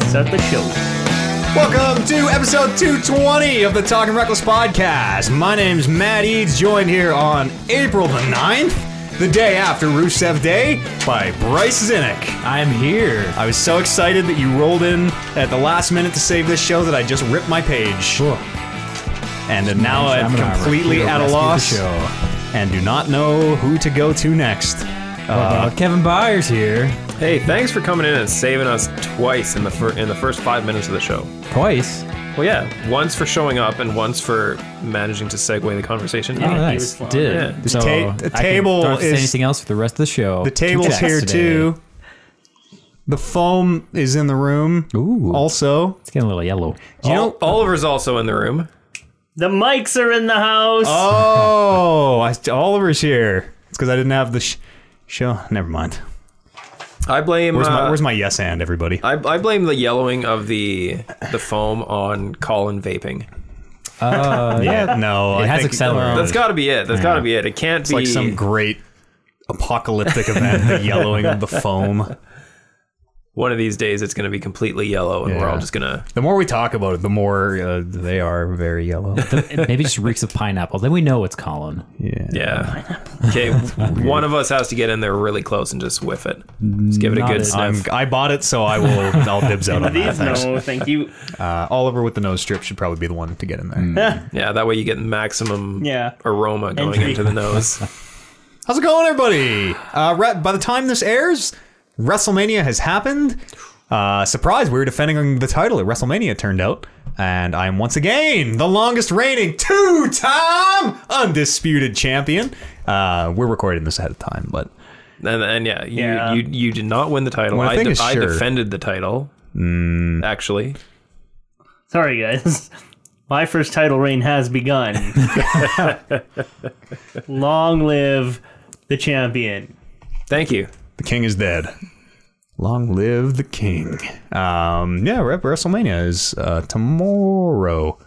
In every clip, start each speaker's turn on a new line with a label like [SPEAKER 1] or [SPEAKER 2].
[SPEAKER 1] start the show.
[SPEAKER 2] Welcome to episode 220 of the Talking Reckless podcast. My name's Matt Eads, joined here on April the 9th, the day after Rusev Day, by Bryce Zinnick. I'm here. I was so excited that you rolled in at the last minute to save this show that I just ripped my page. And then now I'm
[SPEAKER 3] Gemini,
[SPEAKER 2] completely
[SPEAKER 3] Mercury,
[SPEAKER 2] at a
[SPEAKER 3] rescue the
[SPEAKER 2] loss
[SPEAKER 3] show.
[SPEAKER 2] and do not know who to go to next.
[SPEAKER 3] Uh, Kevin Byers here
[SPEAKER 4] Hey, thanks for coming in and saving us twice in the fir- in the first five minutes of the show.
[SPEAKER 3] twice.
[SPEAKER 4] Well, yeah, once for showing up and once for managing to segue the conversation.
[SPEAKER 3] Oh,
[SPEAKER 1] he was
[SPEAKER 3] nice.
[SPEAKER 1] fine.
[SPEAKER 3] Did
[SPEAKER 4] Yeah.
[SPEAKER 3] the so
[SPEAKER 2] ta- the
[SPEAKER 3] I can-
[SPEAKER 2] table
[SPEAKER 3] don't have to say
[SPEAKER 2] is-
[SPEAKER 3] anything else for the rest of the show.
[SPEAKER 2] The table's
[SPEAKER 3] Two
[SPEAKER 2] here
[SPEAKER 3] texts
[SPEAKER 2] too. The foam is in the room.
[SPEAKER 3] Ooh.
[SPEAKER 2] Also,
[SPEAKER 3] It's getting a little yellow.
[SPEAKER 4] you know, Oliver's also in the room.
[SPEAKER 1] The mics are in the house.
[SPEAKER 2] oh, I, Oliver's here. It's because I didn't have the sh- show. Never mind.
[SPEAKER 4] I blame.
[SPEAKER 2] Where's my
[SPEAKER 4] uh,
[SPEAKER 2] Where's my yes and everybody?
[SPEAKER 4] I, I blame the yellowing of the the foam on Colin vaping.
[SPEAKER 2] yeah, no,
[SPEAKER 3] It
[SPEAKER 2] I
[SPEAKER 3] has
[SPEAKER 2] think,
[SPEAKER 3] accelerated.
[SPEAKER 4] That's got to be it. That's got to be it. It can't
[SPEAKER 2] Oh, it's
[SPEAKER 4] be
[SPEAKER 2] like some great apocalyptic event. the yellowing of the foam.
[SPEAKER 4] one of these days. It's going to be completely yellow, and we're
[SPEAKER 2] Yeah.
[SPEAKER 4] all just gonna.
[SPEAKER 2] The more we talk about it, the more uh, they are very yellow.
[SPEAKER 3] It Oh, Maybe just reeks of pineapple. Then we know it's Colin.
[SPEAKER 2] Yeah.
[SPEAKER 4] Yeah. Okay. one of us has to get in there really close and just whiff it. Just give it a
[SPEAKER 3] Not
[SPEAKER 4] good
[SPEAKER 3] it.
[SPEAKER 2] I'm,
[SPEAKER 4] sniff.
[SPEAKER 2] I bought it, so I will. I'll dibs out on that.
[SPEAKER 1] These
[SPEAKER 2] Thanks.
[SPEAKER 1] no, thank you.
[SPEAKER 2] Uh, Oliver with the nose strip should probably be the one to get in there.
[SPEAKER 4] Yeah, that way you get maximum
[SPEAKER 1] Yeah.
[SPEAKER 4] aroma going
[SPEAKER 1] Entry.
[SPEAKER 4] into the nose.
[SPEAKER 2] How's it going, everybody? Uh, re- by the time this airs, WrestleMania has happened. Uh, surprise, we were defending the title at WrestleMania, it turned out. And I'm once again the longest reigning two time undisputed champion. Uh, we're recording this ahead of time, but
[SPEAKER 4] And, and yeah, you,
[SPEAKER 1] Yeah.
[SPEAKER 4] you you did not win the title.
[SPEAKER 2] Well, I
[SPEAKER 4] I,
[SPEAKER 2] think
[SPEAKER 4] de-
[SPEAKER 2] it's
[SPEAKER 4] I
[SPEAKER 2] sure. Mm.
[SPEAKER 4] defended the title. Actually,
[SPEAKER 1] Sorry, guys. My first title reign has begun. Long live the champion.
[SPEAKER 4] thank you.
[SPEAKER 2] the king is dead. Long live the king. Um, yeah, we're at WrestleMania is uh, tomorrow.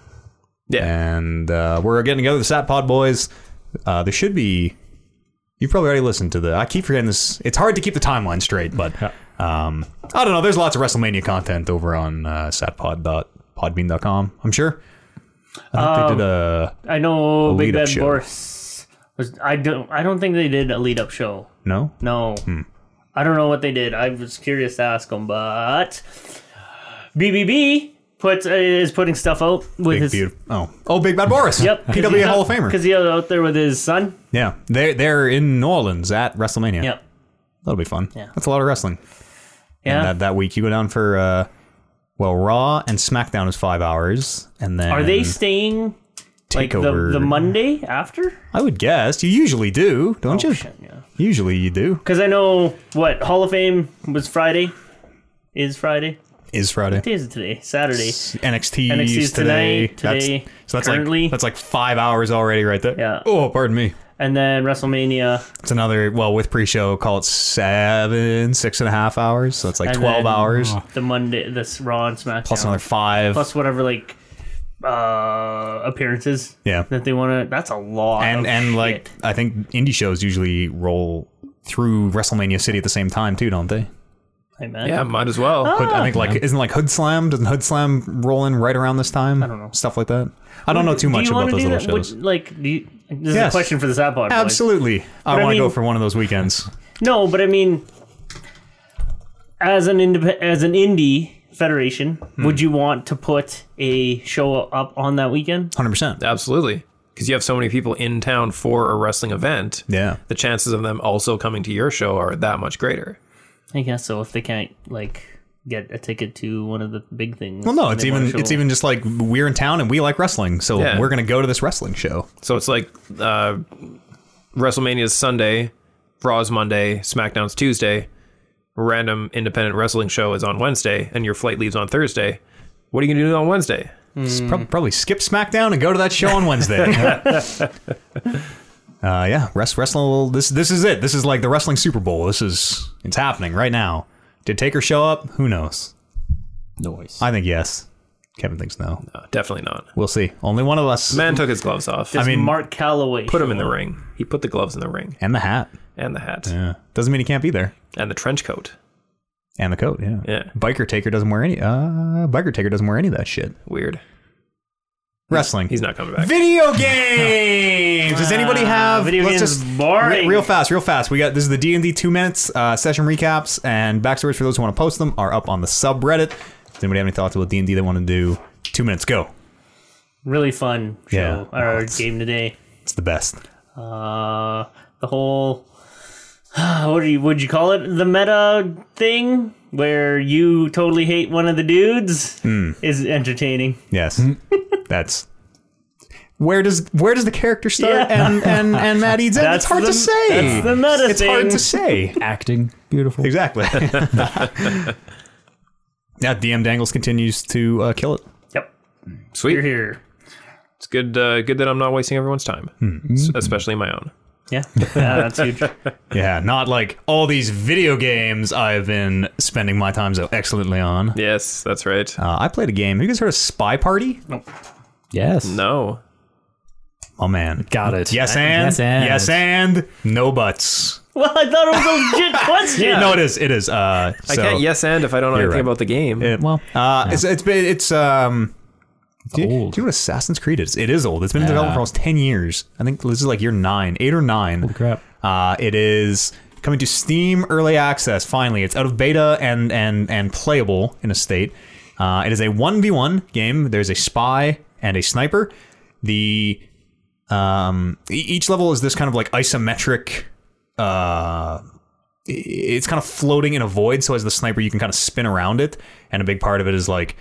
[SPEAKER 4] Yeah,
[SPEAKER 2] and uh, we're getting together the Sat Pod Boys. Uh, there should be. You've probably already listened to the. I keep forgetting this. It's hard to keep the timeline straight, but um, I don't know. There's lots of WrestleMania content over on uh, satpod.podbean.com. I'm sure. I think they did a
[SPEAKER 1] I know Big
[SPEAKER 2] lead-up
[SPEAKER 1] Bad
[SPEAKER 2] show.
[SPEAKER 1] Boris was. I don't. I don't think they did a lead up show.
[SPEAKER 2] no.
[SPEAKER 1] No.
[SPEAKER 2] Hmm.
[SPEAKER 1] I don't know what they did. I was curious to ask them, but BBB puts is putting stuff out with
[SPEAKER 2] Big
[SPEAKER 1] his
[SPEAKER 2] beautiful. Oh, oh, Big Bad Boris.
[SPEAKER 1] Yep,
[SPEAKER 2] PWA Hall of Famer.
[SPEAKER 1] Because he's out there with his son.
[SPEAKER 2] yeah, they they're in New Orleans at WrestleMania.
[SPEAKER 1] Yep.
[SPEAKER 2] that'll be fun.
[SPEAKER 1] Yeah.
[SPEAKER 2] that's a lot of wrestling.
[SPEAKER 1] Yeah.
[SPEAKER 2] And that, that week you go down for uh, well, Raw and SmackDown is five hours, and then
[SPEAKER 1] Are they staying like the,
[SPEAKER 2] Takeover.
[SPEAKER 1] the Monday after?
[SPEAKER 2] I would guess you usually do, don't you?
[SPEAKER 1] Oh, Shit, yeah.
[SPEAKER 2] Usually you do.
[SPEAKER 1] Because I know what Hall of Fame was Friday. Is Friday?
[SPEAKER 2] Is Friday
[SPEAKER 1] What day is it today? Saturday.
[SPEAKER 2] NXT
[SPEAKER 1] NXT
[SPEAKER 2] is
[SPEAKER 1] is
[SPEAKER 2] today?
[SPEAKER 1] tonight,
[SPEAKER 2] That's-
[SPEAKER 1] today,
[SPEAKER 2] so that's
[SPEAKER 1] currently.
[SPEAKER 2] like that's like five hours already, right there.
[SPEAKER 1] Yeah.
[SPEAKER 2] Oh, pardon me.
[SPEAKER 1] And then WrestleMania.
[SPEAKER 2] It's another well with pre-show. Call it seven, six and a half hours. So it's like
[SPEAKER 1] and
[SPEAKER 2] twelve
[SPEAKER 1] then
[SPEAKER 2] hours
[SPEAKER 1] The Monday, this Raw and SmackDown.
[SPEAKER 2] plus another five.
[SPEAKER 1] plus whatever like uh appearances
[SPEAKER 2] Yeah.
[SPEAKER 1] that they want to that's a lot
[SPEAKER 2] and
[SPEAKER 1] of
[SPEAKER 2] and
[SPEAKER 1] shit.
[SPEAKER 2] like I think indie shows usually roll through WrestleMania City at the same time too, don't they?
[SPEAKER 1] Hey, man.
[SPEAKER 4] yeah, might as well.
[SPEAKER 1] Oh.
[SPEAKER 2] Hood, I think like isn't like Hood Slam? Doesn't Hood Slam roll in right around this time? I
[SPEAKER 1] don't know.
[SPEAKER 2] stuff like that. I don't know too much
[SPEAKER 1] do you
[SPEAKER 2] about
[SPEAKER 1] want to
[SPEAKER 2] those
[SPEAKER 1] do
[SPEAKER 2] little
[SPEAKER 1] that
[SPEAKER 2] shows.
[SPEAKER 1] Would- like do you, this is
[SPEAKER 2] Yes.
[SPEAKER 1] a question for the Zapod boys.
[SPEAKER 2] Absolutely. I
[SPEAKER 1] I
[SPEAKER 2] want to go
[SPEAKER 1] mean-
[SPEAKER 2] for one of those weekends.
[SPEAKER 1] no but i mean as an indep- as an indie federation would you want to put a show up on that weekend
[SPEAKER 2] 100%.
[SPEAKER 4] Absolutely, because you have so many people in town for a wrestling event.
[SPEAKER 2] Yeah.
[SPEAKER 4] the chances of them also coming to your show are that much greater.
[SPEAKER 1] i guess so if they can't like get a ticket to one of the big things
[SPEAKER 2] Well, no,
[SPEAKER 1] and
[SPEAKER 2] it's
[SPEAKER 1] they wanna
[SPEAKER 2] even
[SPEAKER 1] show
[SPEAKER 2] it's
[SPEAKER 1] up.
[SPEAKER 2] even just like we're in town and we like wrestling, so
[SPEAKER 4] Yeah.
[SPEAKER 2] we're gonna go to this wrestling show.
[SPEAKER 4] So it's like uh, WrestleMania's Sunday, Raw's Monday, SmackDown's Tuesday, random independent wrestling show is on Wednesday, and your flight leaves on Thursday. What are you gonna do on Wednesday?
[SPEAKER 2] S-
[SPEAKER 1] Mm.
[SPEAKER 2] prob- probably skip SmackDown and go to that show on Wednesday. uh, yeah, rest, wrestle. This this is it. This is like the wrestling Super Bowl. This is it's happening right now. Did Taker show up? Who knows?
[SPEAKER 3] Noise.
[SPEAKER 2] I think yes. Kevin thinks no.
[SPEAKER 4] No, Uh, definitely not.
[SPEAKER 2] We'll see. Only one of us
[SPEAKER 4] Man took his gloves off.
[SPEAKER 1] Does
[SPEAKER 2] I mean-
[SPEAKER 1] mark calloway
[SPEAKER 4] put him in the ring. He put the gloves in the ring
[SPEAKER 2] and the hat.
[SPEAKER 4] and the hat
[SPEAKER 2] Yeah. Doesn't mean he can't be there.
[SPEAKER 4] and the trench coat.
[SPEAKER 2] And the coat, yeah.
[SPEAKER 4] Yeah.
[SPEAKER 2] Biker Taker doesn't wear any. Uh, Biker Taker doesn't wear any of that shit.
[SPEAKER 4] Weird.
[SPEAKER 2] Wrestling.
[SPEAKER 4] He's not coming back.
[SPEAKER 2] Video games. Does anybody have?
[SPEAKER 1] video
[SPEAKER 2] let's
[SPEAKER 1] games
[SPEAKER 2] just
[SPEAKER 1] is boring.
[SPEAKER 2] re- real fast, real fast. We got this is the D and D two minutes uh, session recaps and backstories for those who want to post them are up on the subreddit. Does anybody have any thoughts about D and D they want to do? Two minutes, go.
[SPEAKER 1] Really fun
[SPEAKER 2] Yeah.
[SPEAKER 1] show or
[SPEAKER 2] Lots.
[SPEAKER 1] game today.
[SPEAKER 2] It's the best.
[SPEAKER 1] Uh, the whole what do you would you call it? The meta thing where you totally hate one of the dudes
[SPEAKER 2] Hmm.
[SPEAKER 1] is entertaining.
[SPEAKER 2] Yes, that's. Hmm. Where does where does the character start
[SPEAKER 1] Yeah.
[SPEAKER 2] and and and Matt Eads end? It's hard
[SPEAKER 1] the-
[SPEAKER 2] to say.
[SPEAKER 1] That's the meta
[SPEAKER 2] it's
[SPEAKER 1] thing.
[SPEAKER 2] hard to say.
[SPEAKER 3] Acting beautiful.
[SPEAKER 2] Exactly. yeah, DM Dangles continues to uh, kill it.
[SPEAKER 1] Yep, you're
[SPEAKER 4] Sweet.
[SPEAKER 1] here.
[SPEAKER 4] It's good. Uh, good that I'm not wasting everyone's time,
[SPEAKER 2] Hmm.
[SPEAKER 4] S- especially my own.
[SPEAKER 1] Yeah, Yeah, that's huge.
[SPEAKER 2] Yeah, not like all these video games I've been spending my time so excellently on.
[SPEAKER 4] Yes, that's right.
[SPEAKER 2] Uh, I played a game. Have you guys heard of Spy Party?
[SPEAKER 3] Yes.
[SPEAKER 4] No.
[SPEAKER 2] Oh man,
[SPEAKER 3] Got it.
[SPEAKER 2] yes
[SPEAKER 3] I-
[SPEAKER 2] and
[SPEAKER 3] yes and
[SPEAKER 2] yes and no buts.
[SPEAKER 1] well, I thought it was a legit question.
[SPEAKER 2] No, it is. It is. Uh,
[SPEAKER 4] I
[SPEAKER 2] so-
[SPEAKER 4] can't yes and if I don't know
[SPEAKER 2] You're
[SPEAKER 4] anything
[SPEAKER 2] right.
[SPEAKER 4] about the game.
[SPEAKER 2] It,
[SPEAKER 3] Well,
[SPEAKER 2] uh, it's, it's been it's um. Do you,
[SPEAKER 3] old.
[SPEAKER 2] do you know what Assassin's Creed is? It is old. It's been in development for almost ten years. I think this is like year nine, eight or nine. Holy
[SPEAKER 3] crap.
[SPEAKER 2] Uh, it is coming to Steam Early Access. Finally, it's out of beta and and and playable in a state. Uh, it is a one v one game. There's a spy and a sniper. The um, e- each level is this kind of like isometric. Uh, i- it's kind of floating in a void. So as the sniper, you can kind of spin around it, and a big part of it is like.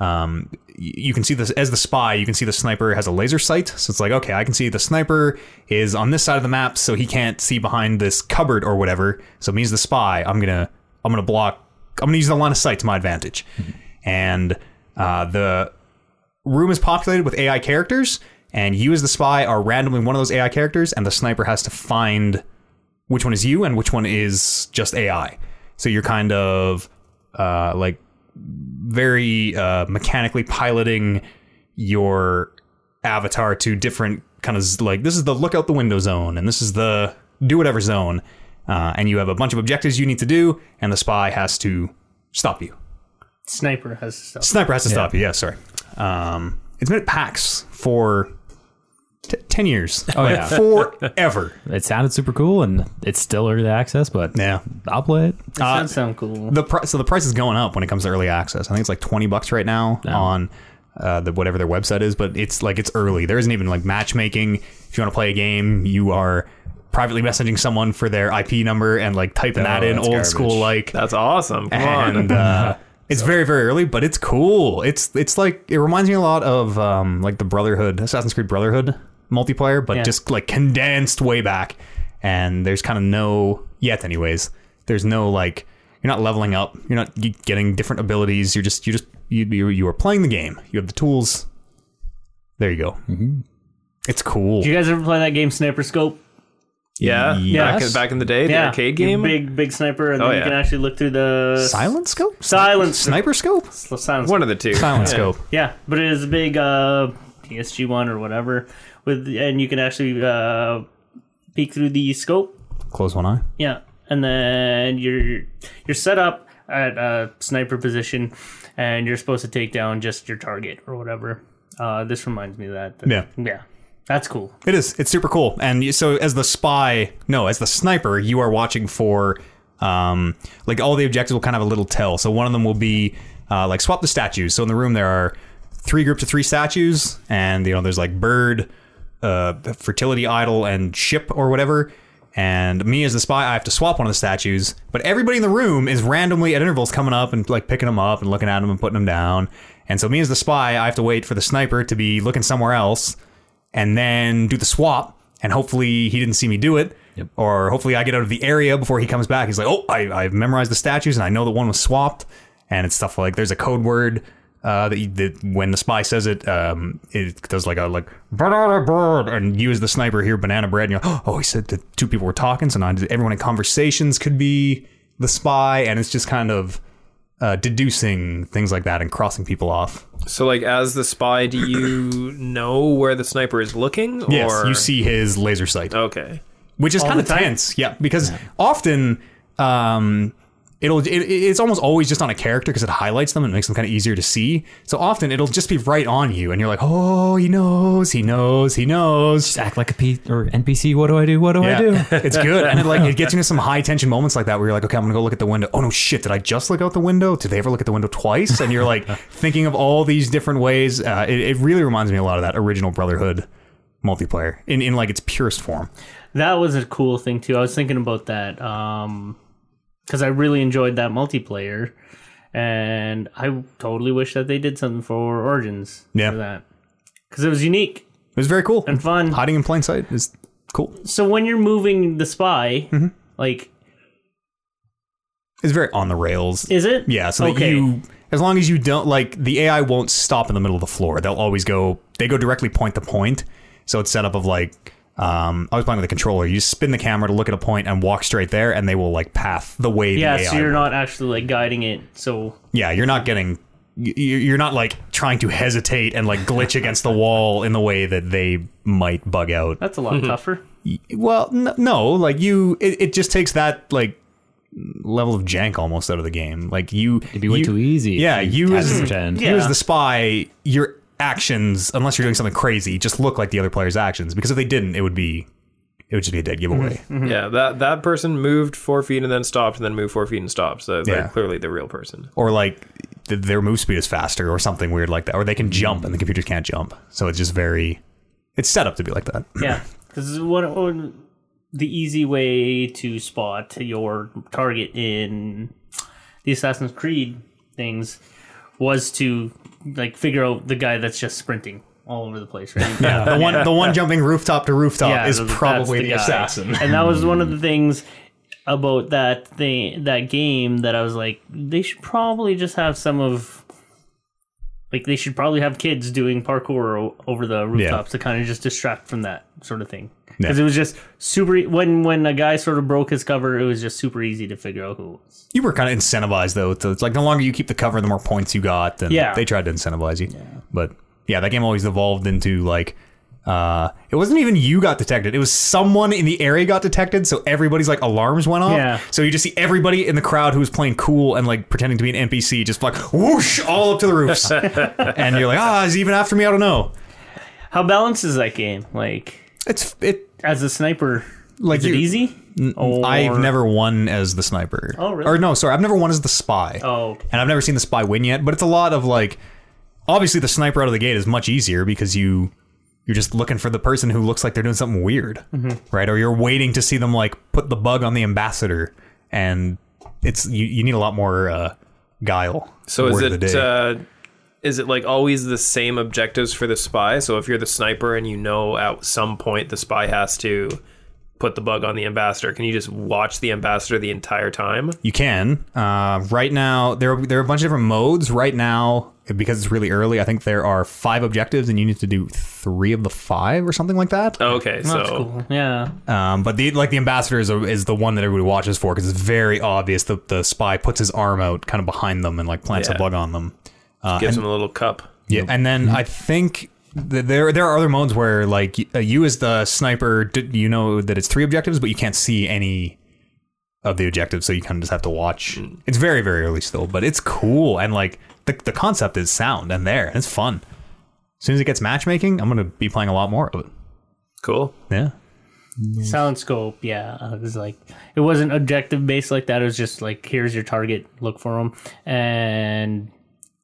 [SPEAKER 2] Um, y- you can see this as the spy. You can see the sniper has a laser sight, so it's like okay, I can see the sniper is on this side of the map, so he can't see behind this cupboard or whatever. So means the spy. I'm gonna I'm gonna block. I'm gonna use the line of sight to my advantage, and uh, the room is populated with AI characters, and you as the spy are randomly one of those AI characters, and the sniper has to find which one is you and which one is just AI. So you're kind of uh, like very uh, mechanically piloting your avatar to different kind of z- like this is the look out the window zone and this is the do whatever zone, uh, and you have a bunch of objectives you need to do, and the spy has to stop you.
[SPEAKER 1] Sniper has stuff.
[SPEAKER 2] Sniper has to stop you. Yeah, sorry. Um, it's been at PAX for t- ten years.
[SPEAKER 3] Oh, yeah.
[SPEAKER 2] forever.
[SPEAKER 3] It sounded super cool, and it's still early access, but
[SPEAKER 2] Yeah.
[SPEAKER 3] I'll play it.
[SPEAKER 1] That does sound cool.
[SPEAKER 3] Mm-hmm.
[SPEAKER 2] The pri- so the price is going up when it comes to early access. I think it's like twenty bucks right now on uh, the whatever their website is, but it's like it's early. There isn't even like matchmaking. If you want to play a game, you are privately messaging someone for their IP number and like typing that in
[SPEAKER 3] Oh, that's
[SPEAKER 2] old
[SPEAKER 3] garbage.
[SPEAKER 2] school like.
[SPEAKER 4] That's awesome. Come
[SPEAKER 2] and
[SPEAKER 4] on.
[SPEAKER 2] uh, it's very very early, but it's cool. It's it's like it reminds me a lot of um, like the Brotherhood, Assassin's Creed Brotherhood multiplayer, but
[SPEAKER 1] Yeah.
[SPEAKER 2] just like condensed way back. And there's kind of no yet, anyways. There's no like you're not leveling up. You're not g- getting different abilities. You're just you just you you, you are playing the game. You have the tools. There you go. Mm-hmm. It's cool.
[SPEAKER 1] Do you guys ever play that game Sniper Scope?
[SPEAKER 4] Yeah.
[SPEAKER 2] yes.
[SPEAKER 4] Back, back in the day, the arcade
[SPEAKER 1] You
[SPEAKER 4] game.
[SPEAKER 1] Big big sniper, and
[SPEAKER 4] Oh,
[SPEAKER 1] then you
[SPEAKER 4] yeah.
[SPEAKER 1] can actually look through the
[SPEAKER 2] Silent scope,
[SPEAKER 1] silent
[SPEAKER 2] sniper scope,
[SPEAKER 1] silence.
[SPEAKER 4] One of the two.
[SPEAKER 2] silent
[SPEAKER 4] Yeah.
[SPEAKER 2] scope.
[SPEAKER 1] Yeah, but it is a big uh, PSG one or whatever with, and you can actually uh, peek through the scope.
[SPEAKER 2] Close one eye.
[SPEAKER 1] Yeah, and then you're you're set up at a sniper position, and you're supposed to take down just your target or whatever. Uh, this reminds me of that.
[SPEAKER 2] Yeah.
[SPEAKER 1] yeah, that's cool.
[SPEAKER 2] It is. It's super cool. And you- so, as the spy, no, as the sniper, you are watching for, um, like all the objectives will kind of have a little tell. So one of them will be, uh, like swap the statues. So in the room there are three groups of three statues, and you know there's like bird, uh, fertility idol, and ship or whatever. And me as the spy, I have to swap one of the statues. But everybody in the room is randomly at intervals coming up and like picking them up and looking at them and putting them down. And so me as the spy, I have to wait for the sniper to be looking somewhere else and then do the swap. And hopefully he didn't see me do it, or hopefully I get out of the area before he comes back. He's like, "Oh, I, I've memorized the statues, and I know that one was swapped." And it's stuff like there's a code word uh, that, you, that when the spy says it, um, it does like a like banana bread, and you as the sniper hear banana bread, and you're like, "Oh, he said that two people were talking, so now everyone in conversations could be the spy," and it's just kind of uh, deducing things like that and crossing people off.
[SPEAKER 4] So, like, as the spy, do you know where the sniper is looking? Or...
[SPEAKER 2] Yes, you see his laser sight.
[SPEAKER 4] Okay.
[SPEAKER 2] which is kind of
[SPEAKER 1] the time.
[SPEAKER 2] tense. Yeah, because often um, it'll it, it's almost always just on a character because it highlights them and makes them kind of easier to see. So often it'll just be right on you, and you're like, oh, he knows, he knows, he knows.
[SPEAKER 3] Act like a P or NPC. What do I do? What do I do?
[SPEAKER 2] it's good, and it like it gets you into some high tension moments like that where you're like, okay, I'm gonna go look at the window. Oh no, shit! Did I just look out the window? Did they ever look at the window twice? And you're like thinking of all these different ways. Uh, it, it really reminds me a lot of that original Brotherhood multiplayer in in like its purest form.
[SPEAKER 1] That was a cool thing too. I was thinking about that um cuz I really enjoyed that multiplayer and I totally wish that they did something for Origins
[SPEAKER 2] Yeah.
[SPEAKER 1] for that. Cuz it was unique
[SPEAKER 2] It was very cool
[SPEAKER 1] and fun.
[SPEAKER 2] Hiding in plain sight is cool.
[SPEAKER 1] So when you're moving the spy,
[SPEAKER 2] Mm-hmm.
[SPEAKER 1] like
[SPEAKER 2] It's very on the rails.
[SPEAKER 1] is it?
[SPEAKER 2] Yeah, so that you as long as you don't like the AI won't stop in the middle of the floor. They'll always go they go directly point to point. So it's set up of like um, I was playing with a controller. You spin the camera to look at a point and walk straight there, and they will like path the way.
[SPEAKER 1] yeah,
[SPEAKER 2] the AI
[SPEAKER 1] so you're not actually like guiding it. So
[SPEAKER 2] yeah, you're not getting. y- You're not like trying to hesitate and like glitch against the wall in the way that they might bug out.
[SPEAKER 1] that's a lot tougher.
[SPEAKER 2] Well, n- no, like you, it, it just takes that like level of jank almost out of the game. Like you,
[SPEAKER 3] It'd be way
[SPEAKER 2] you-
[SPEAKER 3] too easy. if
[SPEAKER 2] Yeah, you
[SPEAKER 3] had to
[SPEAKER 2] as
[SPEAKER 3] pretend.
[SPEAKER 1] Yeah.
[SPEAKER 2] you as the spy, your actions, unless you're doing something crazy, just look like the other player's actions. Because if they didn't, it would be, it would just be a dead giveaway.
[SPEAKER 4] Yeah, that that person moved four feet and then stopped, and then moved four feet and stopped. So they're
[SPEAKER 2] Yeah.
[SPEAKER 4] clearly the real person.
[SPEAKER 2] Or like th- their move speed is faster, or something weird like that. Or
[SPEAKER 3] Mm-hmm.
[SPEAKER 2] they can jump, and the computers can't jump. So it's just very, it's set up to be like that.
[SPEAKER 1] yeah, because what, what the easy way to spot your target in the Assassin's Creed things was to like figure out the guy that's just sprinting all over the place, right?
[SPEAKER 2] Yeah, the one, the one jumping rooftop to rooftop is
[SPEAKER 1] th- that's
[SPEAKER 2] probably the
[SPEAKER 1] guy.
[SPEAKER 2] assassin.
[SPEAKER 1] and that was one of the things about that thing, that game, that I was like, they should probably just have some of, like, they should probably have kids doing parkour o- over the rooftops to kind of just distract from that sort of thing. Because
[SPEAKER 2] Yeah.
[SPEAKER 1] it was just super. e- When when a guy sort of broke his cover, it was just super easy to figure out who it was.
[SPEAKER 2] You were kind of incentivized though. To, it's like the longer you keep the cover, the more points you got. And
[SPEAKER 1] Yeah.
[SPEAKER 2] they tried to incentivize you. But yeah, that game always evolved into like. Uh, it wasn't even you got detected. It was someone in the area got detected, so everybody's like alarms went off.
[SPEAKER 1] Yeah.
[SPEAKER 2] So you just see everybody in the crowd who was playing cool and like pretending to be an NPC, just like whoosh all up to the roofs, and you're like, ah, is he even after me? I don't know.
[SPEAKER 1] How balanced is that game? Like
[SPEAKER 2] It's it.
[SPEAKER 1] as a sniper,
[SPEAKER 2] Like
[SPEAKER 1] is it
[SPEAKER 2] you-
[SPEAKER 1] easy? Or-
[SPEAKER 2] I've never won as the sniper.
[SPEAKER 1] Oh, really?
[SPEAKER 2] Or no, sorry, I've never won as the spy.
[SPEAKER 1] Oh,
[SPEAKER 2] and I've never seen the spy win yet. But it's a lot of like, obviously the sniper out of the gate is much easier because you you're just looking for the person who looks like they're doing something weird,
[SPEAKER 4] Mm-hmm.
[SPEAKER 2] right? Or you're waiting to see them like put the bug on the ambassador, and it's you, you need a lot more uh, guile.
[SPEAKER 4] So is
[SPEAKER 2] Word of the
[SPEAKER 4] it
[SPEAKER 2] day.
[SPEAKER 4] uh, is it like always the same objectives for the spy? So if you're the sniper and you know at some point the spy has to put the bug on the ambassador, can you just watch the ambassador the entire time?
[SPEAKER 2] You can. Uh, right now, there are, there are a bunch of different modes. Right now, because it's really early, I think there are five objectives, and you need to do three of the five or something like that.
[SPEAKER 4] Okay, so
[SPEAKER 1] that's
[SPEAKER 2] Oh.
[SPEAKER 1] cool. Yeah,
[SPEAKER 2] Um, but the like the ambassador is, a, is the one that everybody watches for because it's very obvious that the spy puts his arm out kind of behind them and like plants a
[SPEAKER 4] Yeah.
[SPEAKER 2] bug on them.
[SPEAKER 4] gives him a little cup.
[SPEAKER 2] Yeah, Mm-hmm. and then I think th- there there are other modes where like y- uh, you as the sniper, d- you know that it's three objectives, but you can't see any of the objectives, so you kind of just have to watch. It's very very early still, but it's cool and like the the concept is sound and there and it's fun. As soon as it gets matchmaking, I'm gonna be playing a lot more of it.
[SPEAKER 4] Cool.
[SPEAKER 2] Yeah.
[SPEAKER 1] Soundscope, yeah, uh, it was like it wasn't objective based like that. It was just like here's your target, look for them. And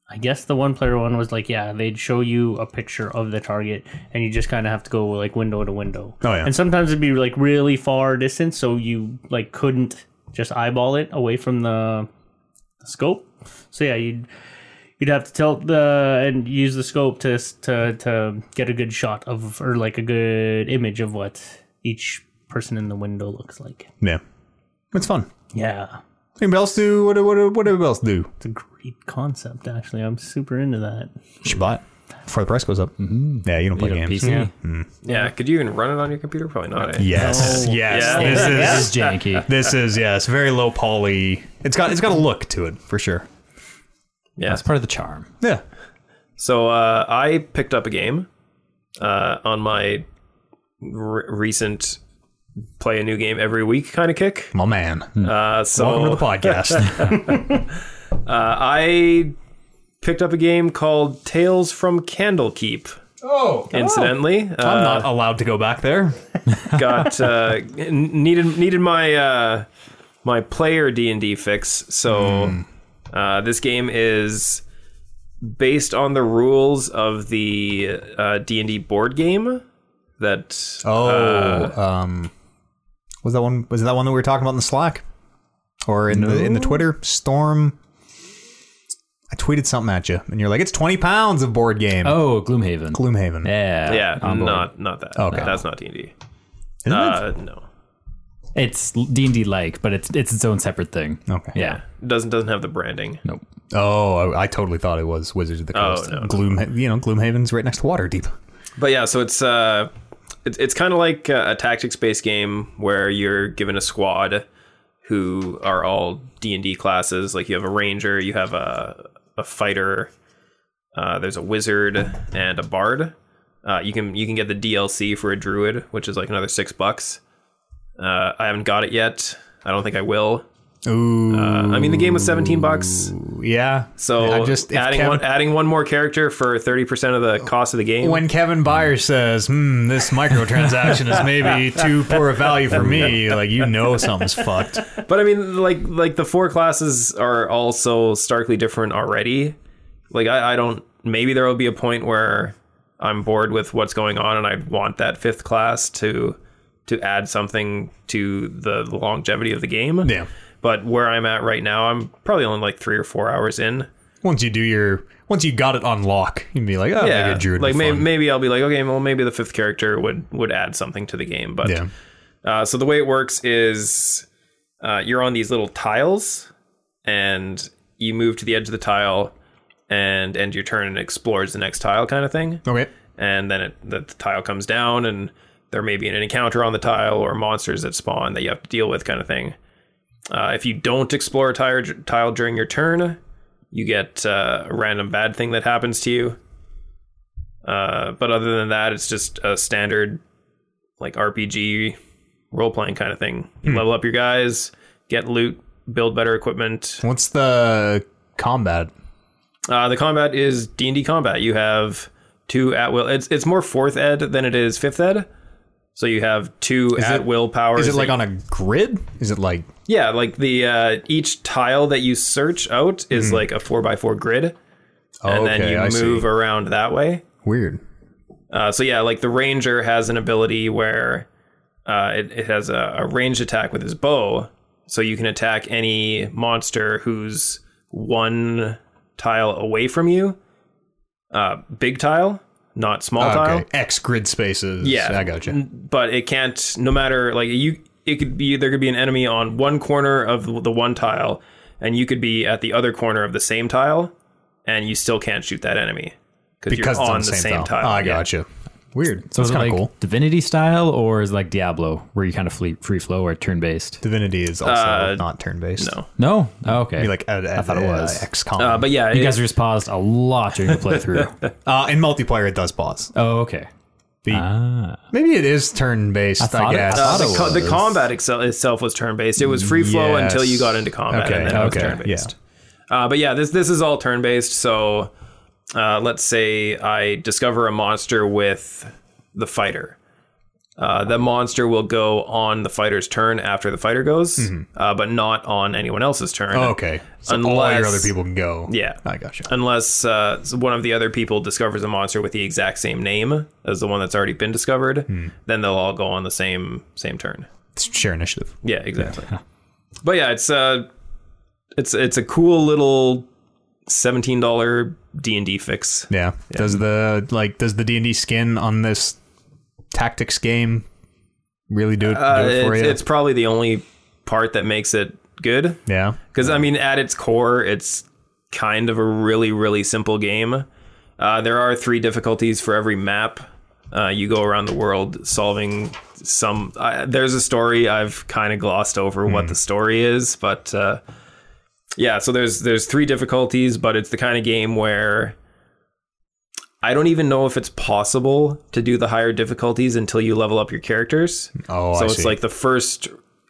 [SPEAKER 1] I guess the one player one was like, yeah, they'd show you a picture of the target, and you just kind of have to go like window to window.
[SPEAKER 2] Oh, yeah.
[SPEAKER 1] And sometimes it'd be like really far distance, so you like couldn't just eyeball it away from the scope. So yeah, you'd you'd have to tilt the and use the scope to to to get a good shot of or like a good image of what each person in the window looks like.
[SPEAKER 2] Yeah. It's fun.
[SPEAKER 1] Yeah,
[SPEAKER 2] Anybody else do what? What? What? Anybody else do?
[SPEAKER 1] it's a great concept. Actually, I'm super into that.
[SPEAKER 2] You should buy it before the price goes up. Mm-hmm. Yeah, you don't play
[SPEAKER 3] You know,
[SPEAKER 2] games.
[SPEAKER 3] PC.
[SPEAKER 4] Yeah, could you even run it on your computer? Probably not. Eh?
[SPEAKER 2] Yes, yes.
[SPEAKER 4] Yeah.
[SPEAKER 2] This is
[SPEAKER 3] This is janky.
[SPEAKER 2] this is yes, very low poly. It's got it's got a look to it for sure.
[SPEAKER 4] yeah.
[SPEAKER 3] That's part of the charm.
[SPEAKER 2] Yeah,
[SPEAKER 4] So uh, I picked up a game uh, on my re- recent play a new game every week kind of kick.
[SPEAKER 2] My man.
[SPEAKER 4] Uh, so
[SPEAKER 2] Welcome to the podcast.
[SPEAKER 4] uh, I picked up a game called Tales from Candlekeep.
[SPEAKER 2] oh,
[SPEAKER 4] Incidentally,
[SPEAKER 2] I'm
[SPEAKER 4] uh,
[SPEAKER 2] not allowed to go back there.
[SPEAKER 4] got uh, n- needed needed my uh, my player D and D fix. So
[SPEAKER 2] Hmm.
[SPEAKER 4] uh, this game is based on the rules of the uh, D and D board game. That
[SPEAKER 2] Oh, um, was that one? Was that one that we were talking about in the Slack or in the in the Twitter storm? I tweeted something at you, and you're like, "It's twenty pounds of board game."
[SPEAKER 3] Oh, Gloomhaven.
[SPEAKER 2] Gloomhaven.
[SPEAKER 3] yeah.
[SPEAKER 4] yeah,
[SPEAKER 3] on board.
[SPEAKER 4] not not that.
[SPEAKER 2] Okay.
[SPEAKER 4] that's not D and D.
[SPEAKER 2] Isn't it?
[SPEAKER 4] Uh, no,
[SPEAKER 3] It's D and D like, but it's it's its own separate thing.
[SPEAKER 2] Okay.
[SPEAKER 3] Yeah.
[SPEAKER 4] doesn't doesn't have the branding.
[SPEAKER 3] Nope.
[SPEAKER 2] Oh, I, I totally thought it was Wizards of the
[SPEAKER 4] Oh,
[SPEAKER 2] Coast.
[SPEAKER 4] no, no.
[SPEAKER 2] Gloom, you know, Gloomhaven's right next to Waterdeep.
[SPEAKER 4] But yeah, so it's uh, it's it's kind of like uh, a tactics based game where you're given a squad who are all D and D classes. Like you have a ranger, you have a a fighter, uh, there's a wizard and a bard. Uh, you can you can get the DLC for a druid, which is like another six bucks. Uh, I haven't got it yet. I don't think I will.
[SPEAKER 2] Ooh,
[SPEAKER 4] Uh, I mean, the game was seventeen bucks,
[SPEAKER 2] yeah.
[SPEAKER 4] so
[SPEAKER 2] I just if
[SPEAKER 4] adding
[SPEAKER 2] Kevin,
[SPEAKER 4] one adding one more character for thirty percent of the cost of the game.
[SPEAKER 2] when Kevin Byer says, "Hmm, this microtransaction is maybe too poor a value for me," like you know something's fucked.
[SPEAKER 4] But I mean, like like the four classes are all so starkly different already. Like I, I don't. Maybe there will be a point where I'm bored with what's going on, and I want that fifth class to to add something to the longevity of the game.
[SPEAKER 2] Yeah.
[SPEAKER 4] But where I'm at right now, I'm probably only like three or four hours in.
[SPEAKER 2] Once you do your, once you got it on lock, you'd be like, "Oh, yeah,
[SPEAKER 4] Yeah,
[SPEAKER 2] maybe a druid."
[SPEAKER 4] like
[SPEAKER 2] would be
[SPEAKER 4] may,
[SPEAKER 2] fun."
[SPEAKER 4] maybe I'll be like, okay, well, maybe the fifth character would would add something to the game. But
[SPEAKER 2] yeah.
[SPEAKER 4] Uh, so the way it works is uh, you're on these little tiles, and you move to the edge of the tile, and end your turn and explores the next tile, kind of thing.
[SPEAKER 2] Okay.
[SPEAKER 4] And then it, the, the tile comes down, and there may be an encounter on the tile or monsters that spawn that you have to deal with, kind of thing. Uh, if you don't explore a tile, tile during your turn, you get uh, a random bad thing that happens to you. Uh, but other than that, it's just a standard like RPG role playing kind of thing. You level up your guys, get loot, build better equipment.
[SPEAKER 2] What's the combat?
[SPEAKER 4] Uh, the combat is D and D combat. You have two at will. It's it's more fourth ed than it is fifth ed. So you have two
[SPEAKER 2] Is it-
[SPEAKER 4] at will powers.
[SPEAKER 2] Is it
[SPEAKER 4] that
[SPEAKER 2] like
[SPEAKER 4] you-
[SPEAKER 2] on a grid? Is it like
[SPEAKER 4] Yeah, like the uh, each tile that you search out is like a four by four grid, and
[SPEAKER 2] Hmm. okay,
[SPEAKER 4] then you
[SPEAKER 2] I see.
[SPEAKER 4] move around that way.
[SPEAKER 2] Weird.
[SPEAKER 4] Uh, so yeah, like the ranger has an ability where uh, it, it has a, a ranged attack with his bow, so you can attack any monster who's one tile away from you. Uh, big tile, not small tile.
[SPEAKER 2] Ah, Okay. X grid spaces.
[SPEAKER 4] Yeah,
[SPEAKER 2] I got you.
[SPEAKER 4] N- But it can't. No matter like you, it could be there could be an enemy on one corner of the- the one tile, and you could be at the other corner of the same tile, and you still can't shoot that enemy
[SPEAKER 2] Because
[SPEAKER 4] you're
[SPEAKER 2] it's
[SPEAKER 4] on the same, Oh, tile.
[SPEAKER 2] Ah, I
[SPEAKER 4] Yeah.
[SPEAKER 2] got you. Weird.
[SPEAKER 3] So
[SPEAKER 2] So
[SPEAKER 3] is
[SPEAKER 2] it's
[SPEAKER 3] it
[SPEAKER 2] kind
[SPEAKER 3] like
[SPEAKER 2] of cool.
[SPEAKER 3] Divinity style, or is it like Diablo, where you kind of free, free flow or turn based?
[SPEAKER 2] Divinity is also
[SPEAKER 4] Uh,
[SPEAKER 2] not turn based.
[SPEAKER 4] no.
[SPEAKER 3] No. Oh, okay.
[SPEAKER 2] Be like I
[SPEAKER 3] thought it was.
[SPEAKER 2] XCOM.
[SPEAKER 4] Uh, but yeah,
[SPEAKER 3] you
[SPEAKER 4] it-
[SPEAKER 3] guys just paused a lot during the playthrough.
[SPEAKER 2] Uh, in multiplayer, it does pause.
[SPEAKER 3] oh, okay.
[SPEAKER 2] The- Maybe it is turn based. I,
[SPEAKER 3] thought it-
[SPEAKER 2] guess.
[SPEAKER 3] I thought it
[SPEAKER 4] the, co- Uh, the combat excel- itself was turn based. It was free flow
[SPEAKER 2] Yes.
[SPEAKER 4] until you got into combat,
[SPEAKER 2] Okay,
[SPEAKER 4] and then
[SPEAKER 2] okay,
[SPEAKER 4] it was turn based. Uh, but yeah, this this is all turn based. So uh, let's say I discover a monster with the fighter. Uh, the monster will go on the fighter's turn after the fighter goes, uh, but not on anyone else's turn.
[SPEAKER 2] Mm-hmm. Oh, okay. So all your
[SPEAKER 4] Unless-
[SPEAKER 2] other people can go.
[SPEAKER 4] Yeah.
[SPEAKER 2] I got you.
[SPEAKER 4] Unless uh, one of the other people discovers a monster with the exact same name as the one that's already been discovered,
[SPEAKER 2] Hmm.
[SPEAKER 4] then they'll all go on the same same turn.
[SPEAKER 2] It's share initiative.
[SPEAKER 4] Yeah, exactly. but yeah, it's uh it's it's a cool little seventeen dollar D and D fix.
[SPEAKER 2] Yeah. Does the like does the D and D skin on this tactics game really do it,
[SPEAKER 4] Uh,
[SPEAKER 2] do it for
[SPEAKER 4] it's,
[SPEAKER 2] you?
[SPEAKER 4] it's probably the only part that makes it good.
[SPEAKER 2] yeah.
[SPEAKER 4] Because I mean, at its core, it's kind of a really really simple game. Uh, there are three difficulties for every map. Uh, you go around the world solving some. I there's a story I've kind of glossed over
[SPEAKER 2] Hmm.
[SPEAKER 4] what the story is, but uh, yeah. So there's there's three difficulties, but it's the kind of game where I don't even know if it's possible to do the higher difficulties until you level up your characters.
[SPEAKER 2] Oh,
[SPEAKER 4] so
[SPEAKER 2] I
[SPEAKER 4] it's
[SPEAKER 2] see.
[SPEAKER 4] like the first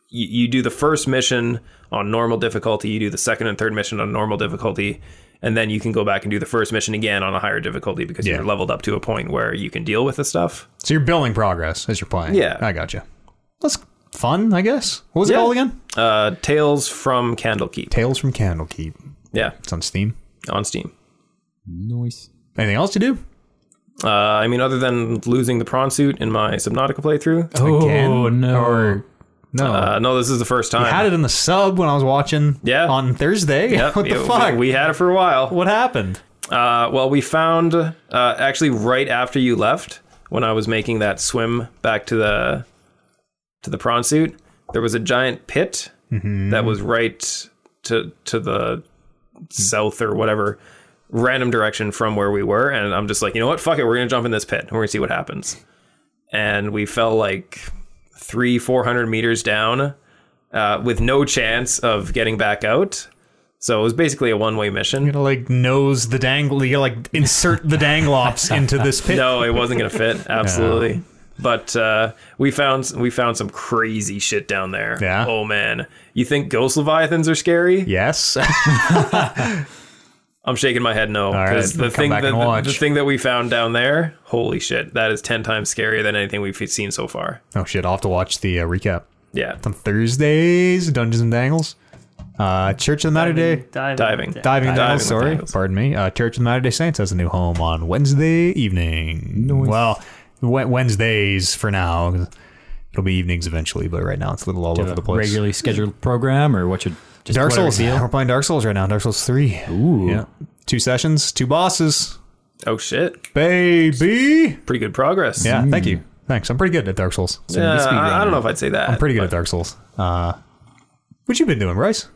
[SPEAKER 4] you, you do the first mission on normal difficulty, you do the second and third mission on normal difficulty, and then you can go back and do the first mission again on a higher difficulty because
[SPEAKER 2] Yeah.
[SPEAKER 4] you're leveled up to a point where you can deal with the stuff.
[SPEAKER 2] So you're building progress as you're playing.
[SPEAKER 4] Yeah.
[SPEAKER 2] I got you. That's fun, I guess. What was it
[SPEAKER 4] Yeah.
[SPEAKER 2] called again?
[SPEAKER 4] Uh, Tales from Candlekeep.
[SPEAKER 2] Tales from Candlekeep.
[SPEAKER 4] Yeah,
[SPEAKER 2] It's on Steam.
[SPEAKER 4] on Steam.
[SPEAKER 3] Nice.
[SPEAKER 2] Anything else to do?
[SPEAKER 4] Uh, I mean, other than losing the prawn suit in my Subnautica playthrough,
[SPEAKER 3] Oh no.
[SPEAKER 2] Or no?
[SPEAKER 4] uh, no, this is the first time.
[SPEAKER 2] I had it in the sub when I was watching.
[SPEAKER 4] Yeah.
[SPEAKER 2] On Thursday.
[SPEAKER 4] Yep,
[SPEAKER 2] what the
[SPEAKER 4] yeah, we-
[SPEAKER 2] fuck?
[SPEAKER 4] We had it for a while.
[SPEAKER 2] what happened?
[SPEAKER 4] Uh, well, we found uh, actually right after you left, when I was making that swim back to the to the prawn suit, there was a giant pit that was right to to the south or whatever random direction from where we were, and I'm just like, you know what, fuck it, we're gonna jump in this pit and we're gonna see what happens. And we fell like three, four hundred meters down, uh, with no chance of getting back out. So it was basically a one way mission.
[SPEAKER 2] You gotta like nose the dangle. You gotta like insert the danglops into this pit.
[SPEAKER 4] no, it wasn't gonna fit. Absolutely. But uh, we found we found some crazy shit down there.
[SPEAKER 2] Yeah?
[SPEAKER 4] Oh man, you think ghost leviathans are scary?
[SPEAKER 2] Yes.
[SPEAKER 4] I'm shaking my head no
[SPEAKER 2] right,
[SPEAKER 4] because
[SPEAKER 2] we'll
[SPEAKER 4] the
[SPEAKER 2] come
[SPEAKER 4] thing
[SPEAKER 2] back
[SPEAKER 4] that
[SPEAKER 2] and
[SPEAKER 4] the,
[SPEAKER 2] watch.
[SPEAKER 4] the thing that we found down there, holy shit, that is ten times scarier than anything we've seen so far.
[SPEAKER 2] oh shit! I'll have to watch the uh, recap
[SPEAKER 4] Yeah,
[SPEAKER 2] on Thursdays. Dungeons and Dangles. Uh, Church of the Matter Day.
[SPEAKER 1] Diving. Diving.
[SPEAKER 4] Diving.
[SPEAKER 2] Diving, and
[SPEAKER 4] Diving
[SPEAKER 2] Dangles,
[SPEAKER 4] with
[SPEAKER 2] sorry.
[SPEAKER 4] Dangles.
[SPEAKER 2] Pardon me. Uh, Church of the Latter-day Saints has a new home on Wednesday evening. Well, we- Wednesdays for now. It'll be evenings eventually, but right now it's a little all over the place.
[SPEAKER 3] Regularly scheduled program or what should just
[SPEAKER 2] Dark
[SPEAKER 3] whatever
[SPEAKER 2] Souls.
[SPEAKER 3] deal?
[SPEAKER 2] We're playing Dark Souls right now. Dark Souls 3. Ooh. Yeah. Two sessions, two bosses.
[SPEAKER 4] Oh shit,
[SPEAKER 2] Baby.
[SPEAKER 4] pretty good progress.
[SPEAKER 2] Yeah,
[SPEAKER 3] Hmm.
[SPEAKER 2] thank you. Thanks. I'm pretty good at Dark Souls.
[SPEAKER 4] Uh, I, I don't know if I'd say that.
[SPEAKER 2] I'm pretty good at Dark Souls. Uh, what you been doing, Bryce?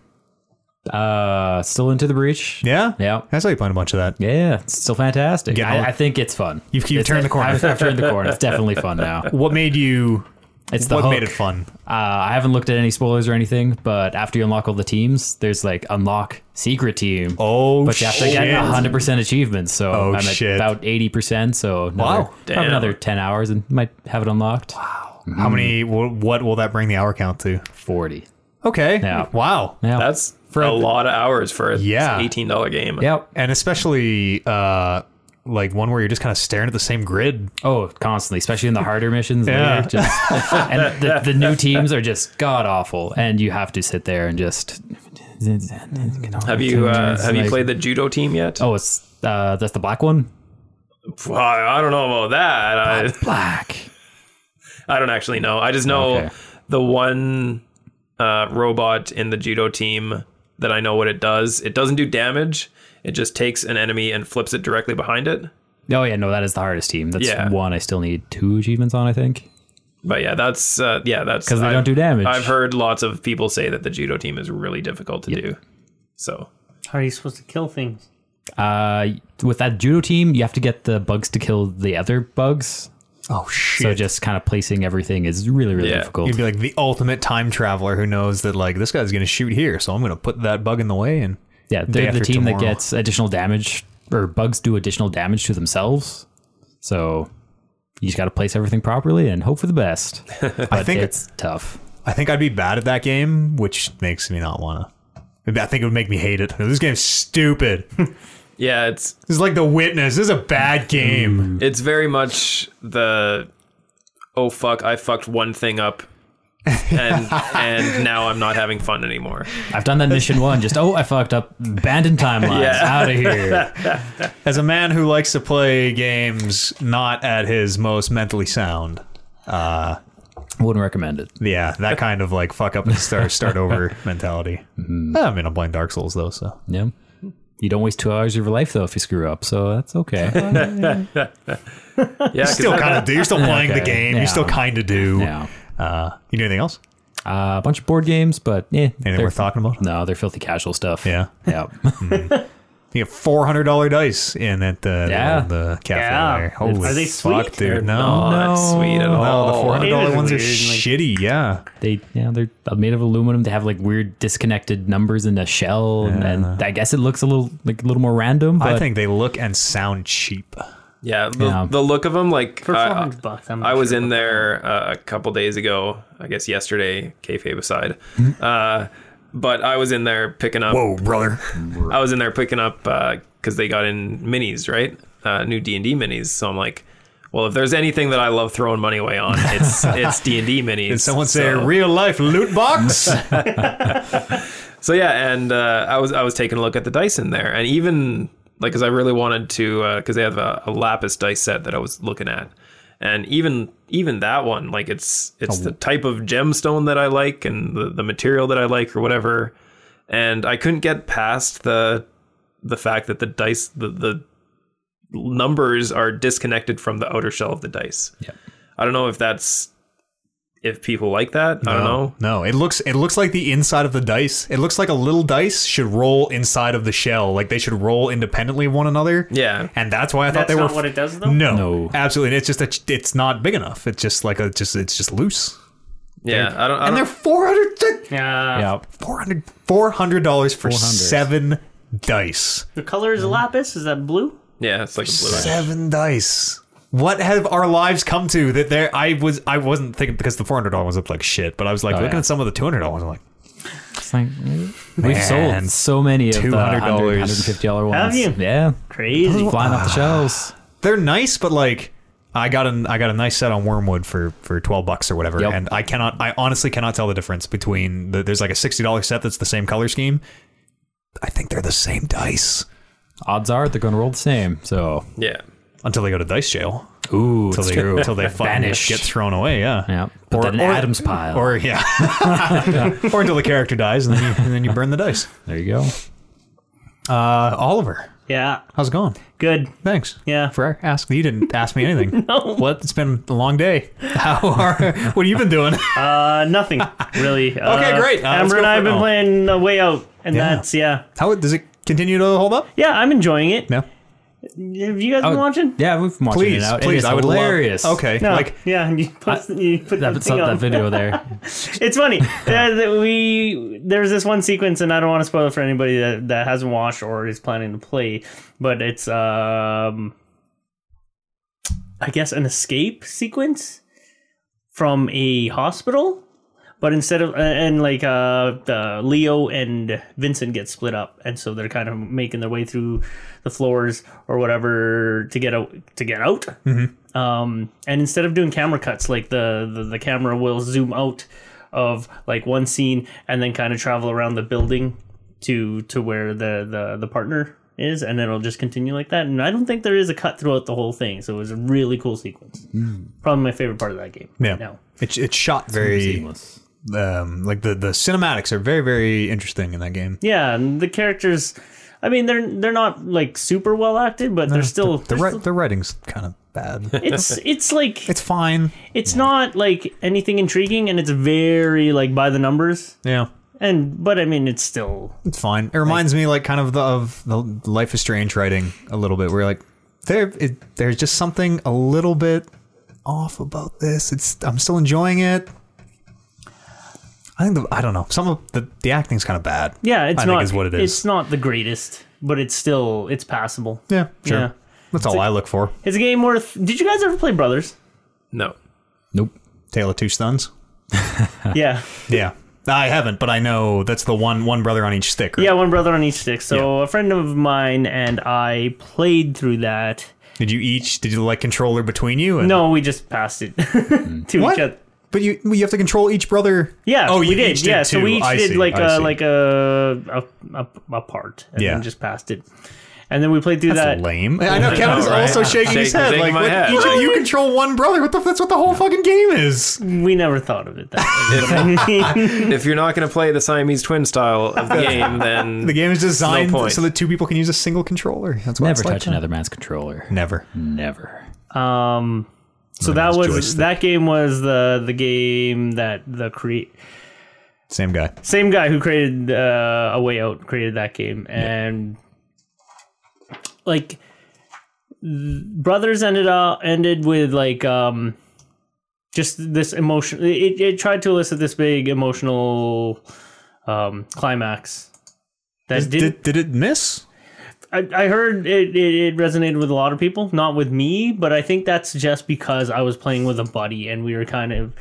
[SPEAKER 3] Uh, still into the breach.
[SPEAKER 2] Yeah?
[SPEAKER 3] Yeah.
[SPEAKER 2] I saw you playing a bunch of that.
[SPEAKER 3] Yeah, it's still fantastic.
[SPEAKER 2] Get on-
[SPEAKER 3] I, I think it's fun.
[SPEAKER 2] You've- you've
[SPEAKER 3] It's-
[SPEAKER 2] turned the corner.
[SPEAKER 3] I've, I've turned the corner. It's definitely fun now. Uh,
[SPEAKER 2] What made you...
[SPEAKER 3] It's the
[SPEAKER 2] what made
[SPEAKER 3] hook.
[SPEAKER 2] it fun?
[SPEAKER 3] Uh, I haven't looked at any spoilers or anything, but after you unlock all the teams, there's like unlock secret team.
[SPEAKER 2] Oh,
[SPEAKER 3] but you have to get
[SPEAKER 2] shit.
[SPEAKER 3] 100% achievements. So
[SPEAKER 2] Oh,
[SPEAKER 3] I'm at
[SPEAKER 2] shit.
[SPEAKER 3] about 80%. So another,
[SPEAKER 2] Wow.
[SPEAKER 3] I have another 10 hours and might have it unlocked.
[SPEAKER 2] How many? wh- What will that bring the hour count to?
[SPEAKER 3] 40.
[SPEAKER 2] Okay.
[SPEAKER 3] Yeah.
[SPEAKER 2] Wow.
[SPEAKER 3] Yeah.
[SPEAKER 4] That's for a lot of hours for a
[SPEAKER 2] Yeah.
[SPEAKER 4] eighteen dollar game.
[SPEAKER 3] Yep.
[SPEAKER 2] And especially uh, like one where you're just kind of staring at the same grid.
[SPEAKER 3] Oh, constantly, especially in the harder missions.
[SPEAKER 2] Yeah.
[SPEAKER 3] Later, just, and the, the new teams are just god awful, and you have to sit there and just.
[SPEAKER 4] Have you uh, have you played the judo team yet?
[SPEAKER 3] Oh, it's uh, that's the black one.
[SPEAKER 4] Well, I don't know about that. I,
[SPEAKER 3] Black.
[SPEAKER 4] I don't actually know. I just know
[SPEAKER 3] Okay.
[SPEAKER 4] the one uh, robot in the judo team that I know what it does. It doesn't do damage. It just takes an enemy and flips it directly behind it.
[SPEAKER 3] Oh yeah, no, that is the hardest team. That's
[SPEAKER 4] Yeah.
[SPEAKER 3] one I still need two achievements on. I think
[SPEAKER 4] But yeah, that's uh, yeah, that's
[SPEAKER 3] because they don't do damage.
[SPEAKER 4] I've heard lots of people say that the judo team is really difficult to do. So
[SPEAKER 1] How are you supposed to kill things?
[SPEAKER 3] Uh, with that judo team, you have to get the bugs to kill the other bugs.
[SPEAKER 2] Oh shit!
[SPEAKER 3] So just kind of placing everything is really really
[SPEAKER 4] Yeah.
[SPEAKER 3] difficult.
[SPEAKER 2] you'd be like the ultimate time traveler who knows that like this guy's gonna shoot here, so I'm gonna put that bug in the way and
[SPEAKER 3] Yeah,
[SPEAKER 2] day
[SPEAKER 3] they're the
[SPEAKER 2] after
[SPEAKER 3] team that
[SPEAKER 2] tomorrow.
[SPEAKER 3] gets additional damage or bugs do additional damage to themselves. So you just got to place everything properly and hope for the best.
[SPEAKER 2] I think it's.
[SPEAKER 3] it's tough.
[SPEAKER 2] I think I'd be bad at that game, which makes me not wanna. I think it would make me hate it. This game's stupid. this
[SPEAKER 4] yeah, it's
[SPEAKER 2] is like The Witness. This is a bad game.
[SPEAKER 4] it's very much the oh fuck, I fucked one thing up. and and now I'm not having fun anymore.
[SPEAKER 3] I've done that mission one. Just oh, I fucked up. Abandoned timelines.
[SPEAKER 4] Yeah.
[SPEAKER 3] Out of here.
[SPEAKER 2] As a man who likes to play games not at his most mentally sound,
[SPEAKER 3] Wouldn't recommend it.
[SPEAKER 2] Yeah, that kind of like fuck up and start start over mentality.
[SPEAKER 3] Mm-hmm.
[SPEAKER 2] I mean, I'm playing Dark Souls though, so
[SPEAKER 3] Yeah. You don't waste two hours of your life though if you screw up. So that's okay.
[SPEAKER 4] Yeah, 'cause
[SPEAKER 2] still
[SPEAKER 4] that-
[SPEAKER 2] kind of do. You're still playing the
[SPEAKER 3] Okay,
[SPEAKER 2] game.
[SPEAKER 3] yeah.
[SPEAKER 2] You still kind of do.
[SPEAKER 3] yeah.
[SPEAKER 2] Uh, you do anything else?
[SPEAKER 3] Uh, a bunch of board games, but yeah.
[SPEAKER 2] Anything worth talking about?
[SPEAKER 3] No, they're filthy casual stuff.
[SPEAKER 2] Yeah.
[SPEAKER 3] Yeah.
[SPEAKER 2] You get four hundred dollar dice in at the
[SPEAKER 3] Yeah.
[SPEAKER 2] the, the cafe.
[SPEAKER 1] Yeah.
[SPEAKER 2] There. Holy
[SPEAKER 1] Are they
[SPEAKER 2] fuck,
[SPEAKER 1] sweet?
[SPEAKER 4] They're
[SPEAKER 2] dude? No,
[SPEAKER 4] not oh, sweet at
[SPEAKER 3] No,
[SPEAKER 2] no,
[SPEAKER 4] all.
[SPEAKER 2] the four hundred dollar
[SPEAKER 1] They're
[SPEAKER 2] ones are
[SPEAKER 1] weird, like-
[SPEAKER 2] shitty. Yeah,
[SPEAKER 3] they yeah they're made of aluminum they have like weird disconnected numbers in a shell and, and i guess it looks a little like a little more random but
[SPEAKER 2] I think they look and sound cheap.
[SPEAKER 4] Yeah, the,
[SPEAKER 3] Yeah.
[SPEAKER 4] the look of them, like
[SPEAKER 1] For
[SPEAKER 4] I-
[SPEAKER 1] 400 bucks, I'm not
[SPEAKER 4] Uh, I was
[SPEAKER 1] sure
[SPEAKER 4] in there uh, a couple days ago, I guess yesterday, kayfabe aside. uh, but I was in there picking up.
[SPEAKER 2] Mm-hmm.
[SPEAKER 3] Oh,
[SPEAKER 2] Whoa, brother.
[SPEAKER 4] I was in there picking up because they got in minis, right? Uh, new D and D minis. So I'm like, well, if there's anything that I love throwing money away on, it's it's D and D minis.
[SPEAKER 2] Did someone say
[SPEAKER 4] So-
[SPEAKER 2] real life loot box?
[SPEAKER 4] So yeah, and uh, I was I was taking a look at the dice in there, and even like because I really wanted to because they have a, a lapis dice set that I was looking at, and even even that one like it's it's the type of gemstone that I like and the, the material that I like or whatever, and I couldn't get past the the fact that the dice the the numbers are disconnected from the outer shell of the dice.
[SPEAKER 3] Yep.
[SPEAKER 4] I don't know if that's if people like that. I don't know.
[SPEAKER 2] Oh, No, it looks it looks like the inside of the dice. It looks like a little dice should roll inside of the shell. Like they should roll independently of one another.
[SPEAKER 4] Yeah.
[SPEAKER 2] And that's why I thought
[SPEAKER 1] That's
[SPEAKER 2] they were
[SPEAKER 1] not what it does, though?
[SPEAKER 2] No.
[SPEAKER 3] No.
[SPEAKER 2] Absolutely. It's just that it's not big enough. It's just like a just it's just loose.
[SPEAKER 4] Yeah, I don't. I
[SPEAKER 2] And
[SPEAKER 4] don't
[SPEAKER 2] they're 400 th-
[SPEAKER 1] Yeah.
[SPEAKER 3] Yeah.
[SPEAKER 2] 400 400 dollars for
[SPEAKER 3] 400.
[SPEAKER 2] 7 dice.
[SPEAKER 1] The color is lapis. Is that blue?
[SPEAKER 4] yeah, it's like a blue.
[SPEAKER 2] 7 dice. What have our lives come to that there I was I wasn't thinking because the $400 ones looked like shit, but I was like
[SPEAKER 3] Oh,
[SPEAKER 2] looking
[SPEAKER 3] yeah.
[SPEAKER 2] at some of the $200 ones I'm like
[SPEAKER 3] It's like eh, we've
[SPEAKER 2] Man,
[SPEAKER 3] sold so many of the
[SPEAKER 2] $200.
[SPEAKER 3] 100 150 dollar ones.
[SPEAKER 1] Have you?
[SPEAKER 3] Yeah,
[SPEAKER 1] Crazy.
[SPEAKER 3] flying off the
[SPEAKER 2] Ah.
[SPEAKER 3] shelves.
[SPEAKER 2] they're nice, but like I got an I got a nice set on Wormwood for for twelve bucks or whatever,
[SPEAKER 3] Yep.
[SPEAKER 2] and I cannot I honestly cannot tell the difference between the, there's like a sixty dollar set that's the same color scheme. I think they're the same dice
[SPEAKER 3] Odds are they're going to roll the same. So,
[SPEAKER 4] Yeah.
[SPEAKER 2] until they go to dice jail,
[SPEAKER 3] ooh,
[SPEAKER 2] until
[SPEAKER 3] it's
[SPEAKER 2] they
[SPEAKER 3] true.
[SPEAKER 2] until they vanish
[SPEAKER 3] Vanish.
[SPEAKER 2] get thrown away. Yeah,
[SPEAKER 3] yeah, put that in
[SPEAKER 2] or-
[SPEAKER 3] Adam's pile.
[SPEAKER 2] Or yeah, or until the character dies, and then you, and then you burn the dice.
[SPEAKER 3] there you go.
[SPEAKER 2] Uh, Oliver,
[SPEAKER 1] Yeah.
[SPEAKER 2] how's it going?
[SPEAKER 1] Good.
[SPEAKER 2] Thanks.
[SPEAKER 1] Yeah.
[SPEAKER 2] For ask you didn't ask me anything. no. What? It's been a long day. How are? What have you been doing?
[SPEAKER 1] Uh, nothing really. okay,
[SPEAKER 2] great. Uh, let's
[SPEAKER 1] Amber
[SPEAKER 2] go
[SPEAKER 1] and I have
[SPEAKER 2] for it
[SPEAKER 1] been
[SPEAKER 2] now.
[SPEAKER 1] playing uh, Way Out, and
[SPEAKER 2] Yeah.
[SPEAKER 1] that's yeah,
[SPEAKER 2] How does it continue to hold up?
[SPEAKER 1] yeah. I'm enjoying it.
[SPEAKER 2] No.
[SPEAKER 1] Have you guys been watching?
[SPEAKER 3] Oh, Yeah, we've been watching
[SPEAKER 2] Please,
[SPEAKER 3] it out.
[SPEAKER 2] please,
[SPEAKER 3] it is
[SPEAKER 2] I would
[SPEAKER 3] hilarious.
[SPEAKER 2] love. Okay,
[SPEAKER 1] No.
[SPEAKER 2] like
[SPEAKER 1] yeah. You put, you put that,
[SPEAKER 3] that,
[SPEAKER 1] thing on.
[SPEAKER 3] that video there.
[SPEAKER 1] It's funny. uh, that we there's this one sequence, and I don't want to spoil it for anybody that, that hasn't watched or is planning to play, but it's um, I guess an escape sequence from a hospital. But instead of and like uh, the Leo and Vincent get split up, and so they're kind of making their way through the floors or whatever to get out to get out. Um, and instead of doing camera cuts, like the, the the camera will zoom out of like one scene and then kind of travel around the building to to where the the the partner is, and then it'll just continue like that. And I don't think there is a cut throughout the whole thing, so it was a really cool sequence. Probably my favorite part of that game.
[SPEAKER 2] yeah,
[SPEAKER 1] Now.
[SPEAKER 2] it's it's shot very
[SPEAKER 3] Seamless.
[SPEAKER 2] um like the the cinematics are very very interesting in that game.
[SPEAKER 1] Yeah, and the characters. I mean, they're they're not like super well acted, but they're still.
[SPEAKER 2] The
[SPEAKER 1] they're
[SPEAKER 2] ri- the writing's kind of bad.
[SPEAKER 1] still- it's it's like
[SPEAKER 2] it's fine.
[SPEAKER 1] it's not like anything intriguing, and it's very like by the numbers.
[SPEAKER 2] Yeah.
[SPEAKER 1] And but I mean, it's still
[SPEAKER 2] It's fine. It reminds me like kind of the, of the Life is Strange writing a little bit. Where like there it, there's just something a little bit off about this. It's I'm still enjoying it. I think the, I don't know. Some of the the acting's kind of bad.
[SPEAKER 1] yeah. It's
[SPEAKER 2] I
[SPEAKER 1] not
[SPEAKER 2] think is what it is.
[SPEAKER 1] It's not the greatest, but it's still it's passable.
[SPEAKER 2] yeah, sure.
[SPEAKER 1] Yeah.
[SPEAKER 2] That's all I look for.
[SPEAKER 1] It's a game worth. Did you guys ever play Brothers?
[SPEAKER 4] No.
[SPEAKER 3] Nope.
[SPEAKER 2] Tale of Two Sons.
[SPEAKER 1] yeah,
[SPEAKER 2] Yeah. I haven't, but I know that's the one one brother on each stick. right?
[SPEAKER 1] yeah. One brother on each stick. So a friend of mine and I played through that.
[SPEAKER 2] Did you each did you like controller between you? And,
[SPEAKER 1] No, we just passed it to
[SPEAKER 2] What?
[SPEAKER 1] each other.
[SPEAKER 2] But you you have to control each brother.
[SPEAKER 1] Yeah.
[SPEAKER 2] Oh,
[SPEAKER 1] we
[SPEAKER 2] you
[SPEAKER 1] did.
[SPEAKER 2] each did
[SPEAKER 1] yeah. So
[SPEAKER 2] too.
[SPEAKER 1] we each
[SPEAKER 2] I
[SPEAKER 1] did
[SPEAKER 2] see,
[SPEAKER 1] like
[SPEAKER 2] I
[SPEAKER 1] a
[SPEAKER 2] see.
[SPEAKER 1] like uh, a a, a, a part. And
[SPEAKER 2] Yeah.
[SPEAKER 1] Then just passed it, and then we played through
[SPEAKER 2] That's
[SPEAKER 1] that.
[SPEAKER 2] lame. I know Kevin is
[SPEAKER 4] right?
[SPEAKER 2] also shaking his
[SPEAKER 4] Shaking-
[SPEAKER 2] head.
[SPEAKER 4] shaking
[SPEAKER 2] like
[SPEAKER 4] my
[SPEAKER 2] what,
[SPEAKER 4] head.
[SPEAKER 2] each of you control one brother. What the? That's what the whole fucking game is.
[SPEAKER 1] We never thought of it that way.
[SPEAKER 4] If you're not going to play the Siamese twin style of the game, then
[SPEAKER 2] The game is designed
[SPEAKER 4] No point.
[SPEAKER 2] so that two people can use a single controller. That's what
[SPEAKER 3] Never
[SPEAKER 2] it's like.
[SPEAKER 3] touch another man's controller.
[SPEAKER 2] Never.
[SPEAKER 3] Never.
[SPEAKER 1] Um, so that
[SPEAKER 2] nice
[SPEAKER 1] was
[SPEAKER 2] joystick.
[SPEAKER 1] that game was the the game that the create
[SPEAKER 2] Same guy.
[SPEAKER 1] same guy who created uh, A Way Out created that game, and like th- Brothers ended up ended with like um just this emotion. It it tried to elicit this big emotional um climax that did.
[SPEAKER 2] Did, did it miss?
[SPEAKER 1] I, I heard it, it, it resonated with a lot of people, not with me, but I think that's just because I was playing with a buddy and we were kind of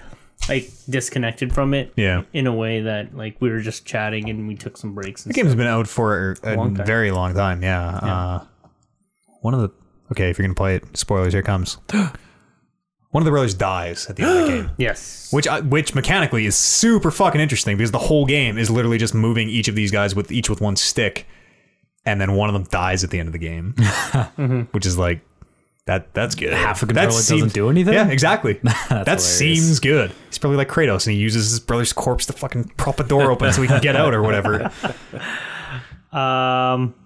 [SPEAKER 1] like disconnected from it.
[SPEAKER 2] Yeah.
[SPEAKER 1] In a way that like we were just chatting and we took some breaks. And
[SPEAKER 2] The game's been out for a
[SPEAKER 1] Long time.
[SPEAKER 2] very long time. Yeah. Uh, one of the okay, if you're gonna play it, spoilers. Here it comes. one of the brothers dies at the end of the game,
[SPEAKER 1] stuff. yes.
[SPEAKER 2] which I, which mechanically is super fucking interesting because the whole game is literally just moving each of these guys with each with one stick, and then one of them dies at the end of the game, which is like that. That's good.
[SPEAKER 3] Mm-hmm. Half the
[SPEAKER 2] That
[SPEAKER 3] controller doesn't
[SPEAKER 2] seems-
[SPEAKER 3] do anything?
[SPEAKER 2] Yeah, exactly. that
[SPEAKER 3] hilarious.
[SPEAKER 2] seems good. He's probably like Kratos, and he uses his brother's corpse to fucking prop a door open so he can get out or whatever.
[SPEAKER 1] Um,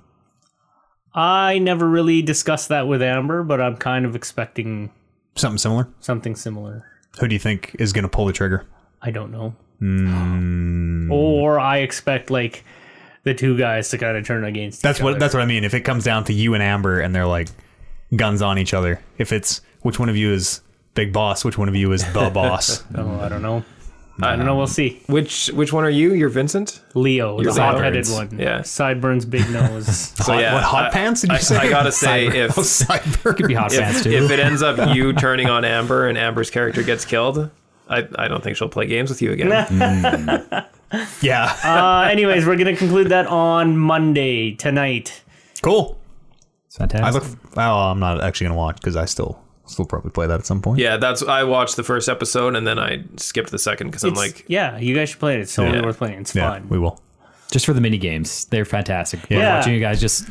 [SPEAKER 1] I never really discussed that with Amber, but I'm kind of expecting
[SPEAKER 2] Something similar.
[SPEAKER 1] something similar.
[SPEAKER 2] Who do you think is going to pull the trigger?
[SPEAKER 1] I don't know.
[SPEAKER 2] Hmm.
[SPEAKER 1] Or I expect like the two guys to kind of turn against.
[SPEAKER 2] That's
[SPEAKER 1] each
[SPEAKER 2] what
[SPEAKER 1] other.
[SPEAKER 2] that's what I mean. If it comes down to you and Amber and they're like guns on each other, if it's which one of you is big boss, which one of you is the boss?
[SPEAKER 1] Oh, I don't know. I don't know. We'll see.
[SPEAKER 4] Which which one are you? You're Vincent.
[SPEAKER 1] Leo, the
[SPEAKER 4] Your
[SPEAKER 1] hot-headed
[SPEAKER 4] sideburns.
[SPEAKER 1] one.
[SPEAKER 4] Yeah.
[SPEAKER 1] sideburns, big nose.
[SPEAKER 4] So
[SPEAKER 2] Hot-
[SPEAKER 4] yeah,
[SPEAKER 2] what, hot
[SPEAKER 4] I-
[SPEAKER 2] pants did you
[SPEAKER 4] I,
[SPEAKER 2] say?
[SPEAKER 4] I gotta say, if
[SPEAKER 2] Oh, cyber.
[SPEAKER 3] Could be hot pants
[SPEAKER 4] if,
[SPEAKER 3] too.
[SPEAKER 4] if it ends up you turning on Amber and Amber's character gets killed, I, I don't think she'll play games with you again.
[SPEAKER 2] yeah,
[SPEAKER 1] uh, anyways, we're gonna conclude that on Monday tonight.
[SPEAKER 2] cool.
[SPEAKER 3] it's fantastic.
[SPEAKER 2] I look. Well, I'm not actually gonna watch because I still still probably play that at some point.
[SPEAKER 4] Yeah, that's I watched the first episode and then I skipped the second because I'm
[SPEAKER 1] It's-
[SPEAKER 4] like,
[SPEAKER 1] yeah, you guys should play it. It's totally
[SPEAKER 4] Yeah.
[SPEAKER 1] worth playing. It's
[SPEAKER 2] yeah,
[SPEAKER 1] fun.
[SPEAKER 2] we will.
[SPEAKER 3] just for the mini games. They're fantastic. Love
[SPEAKER 1] Yeah.
[SPEAKER 3] Watching you guys just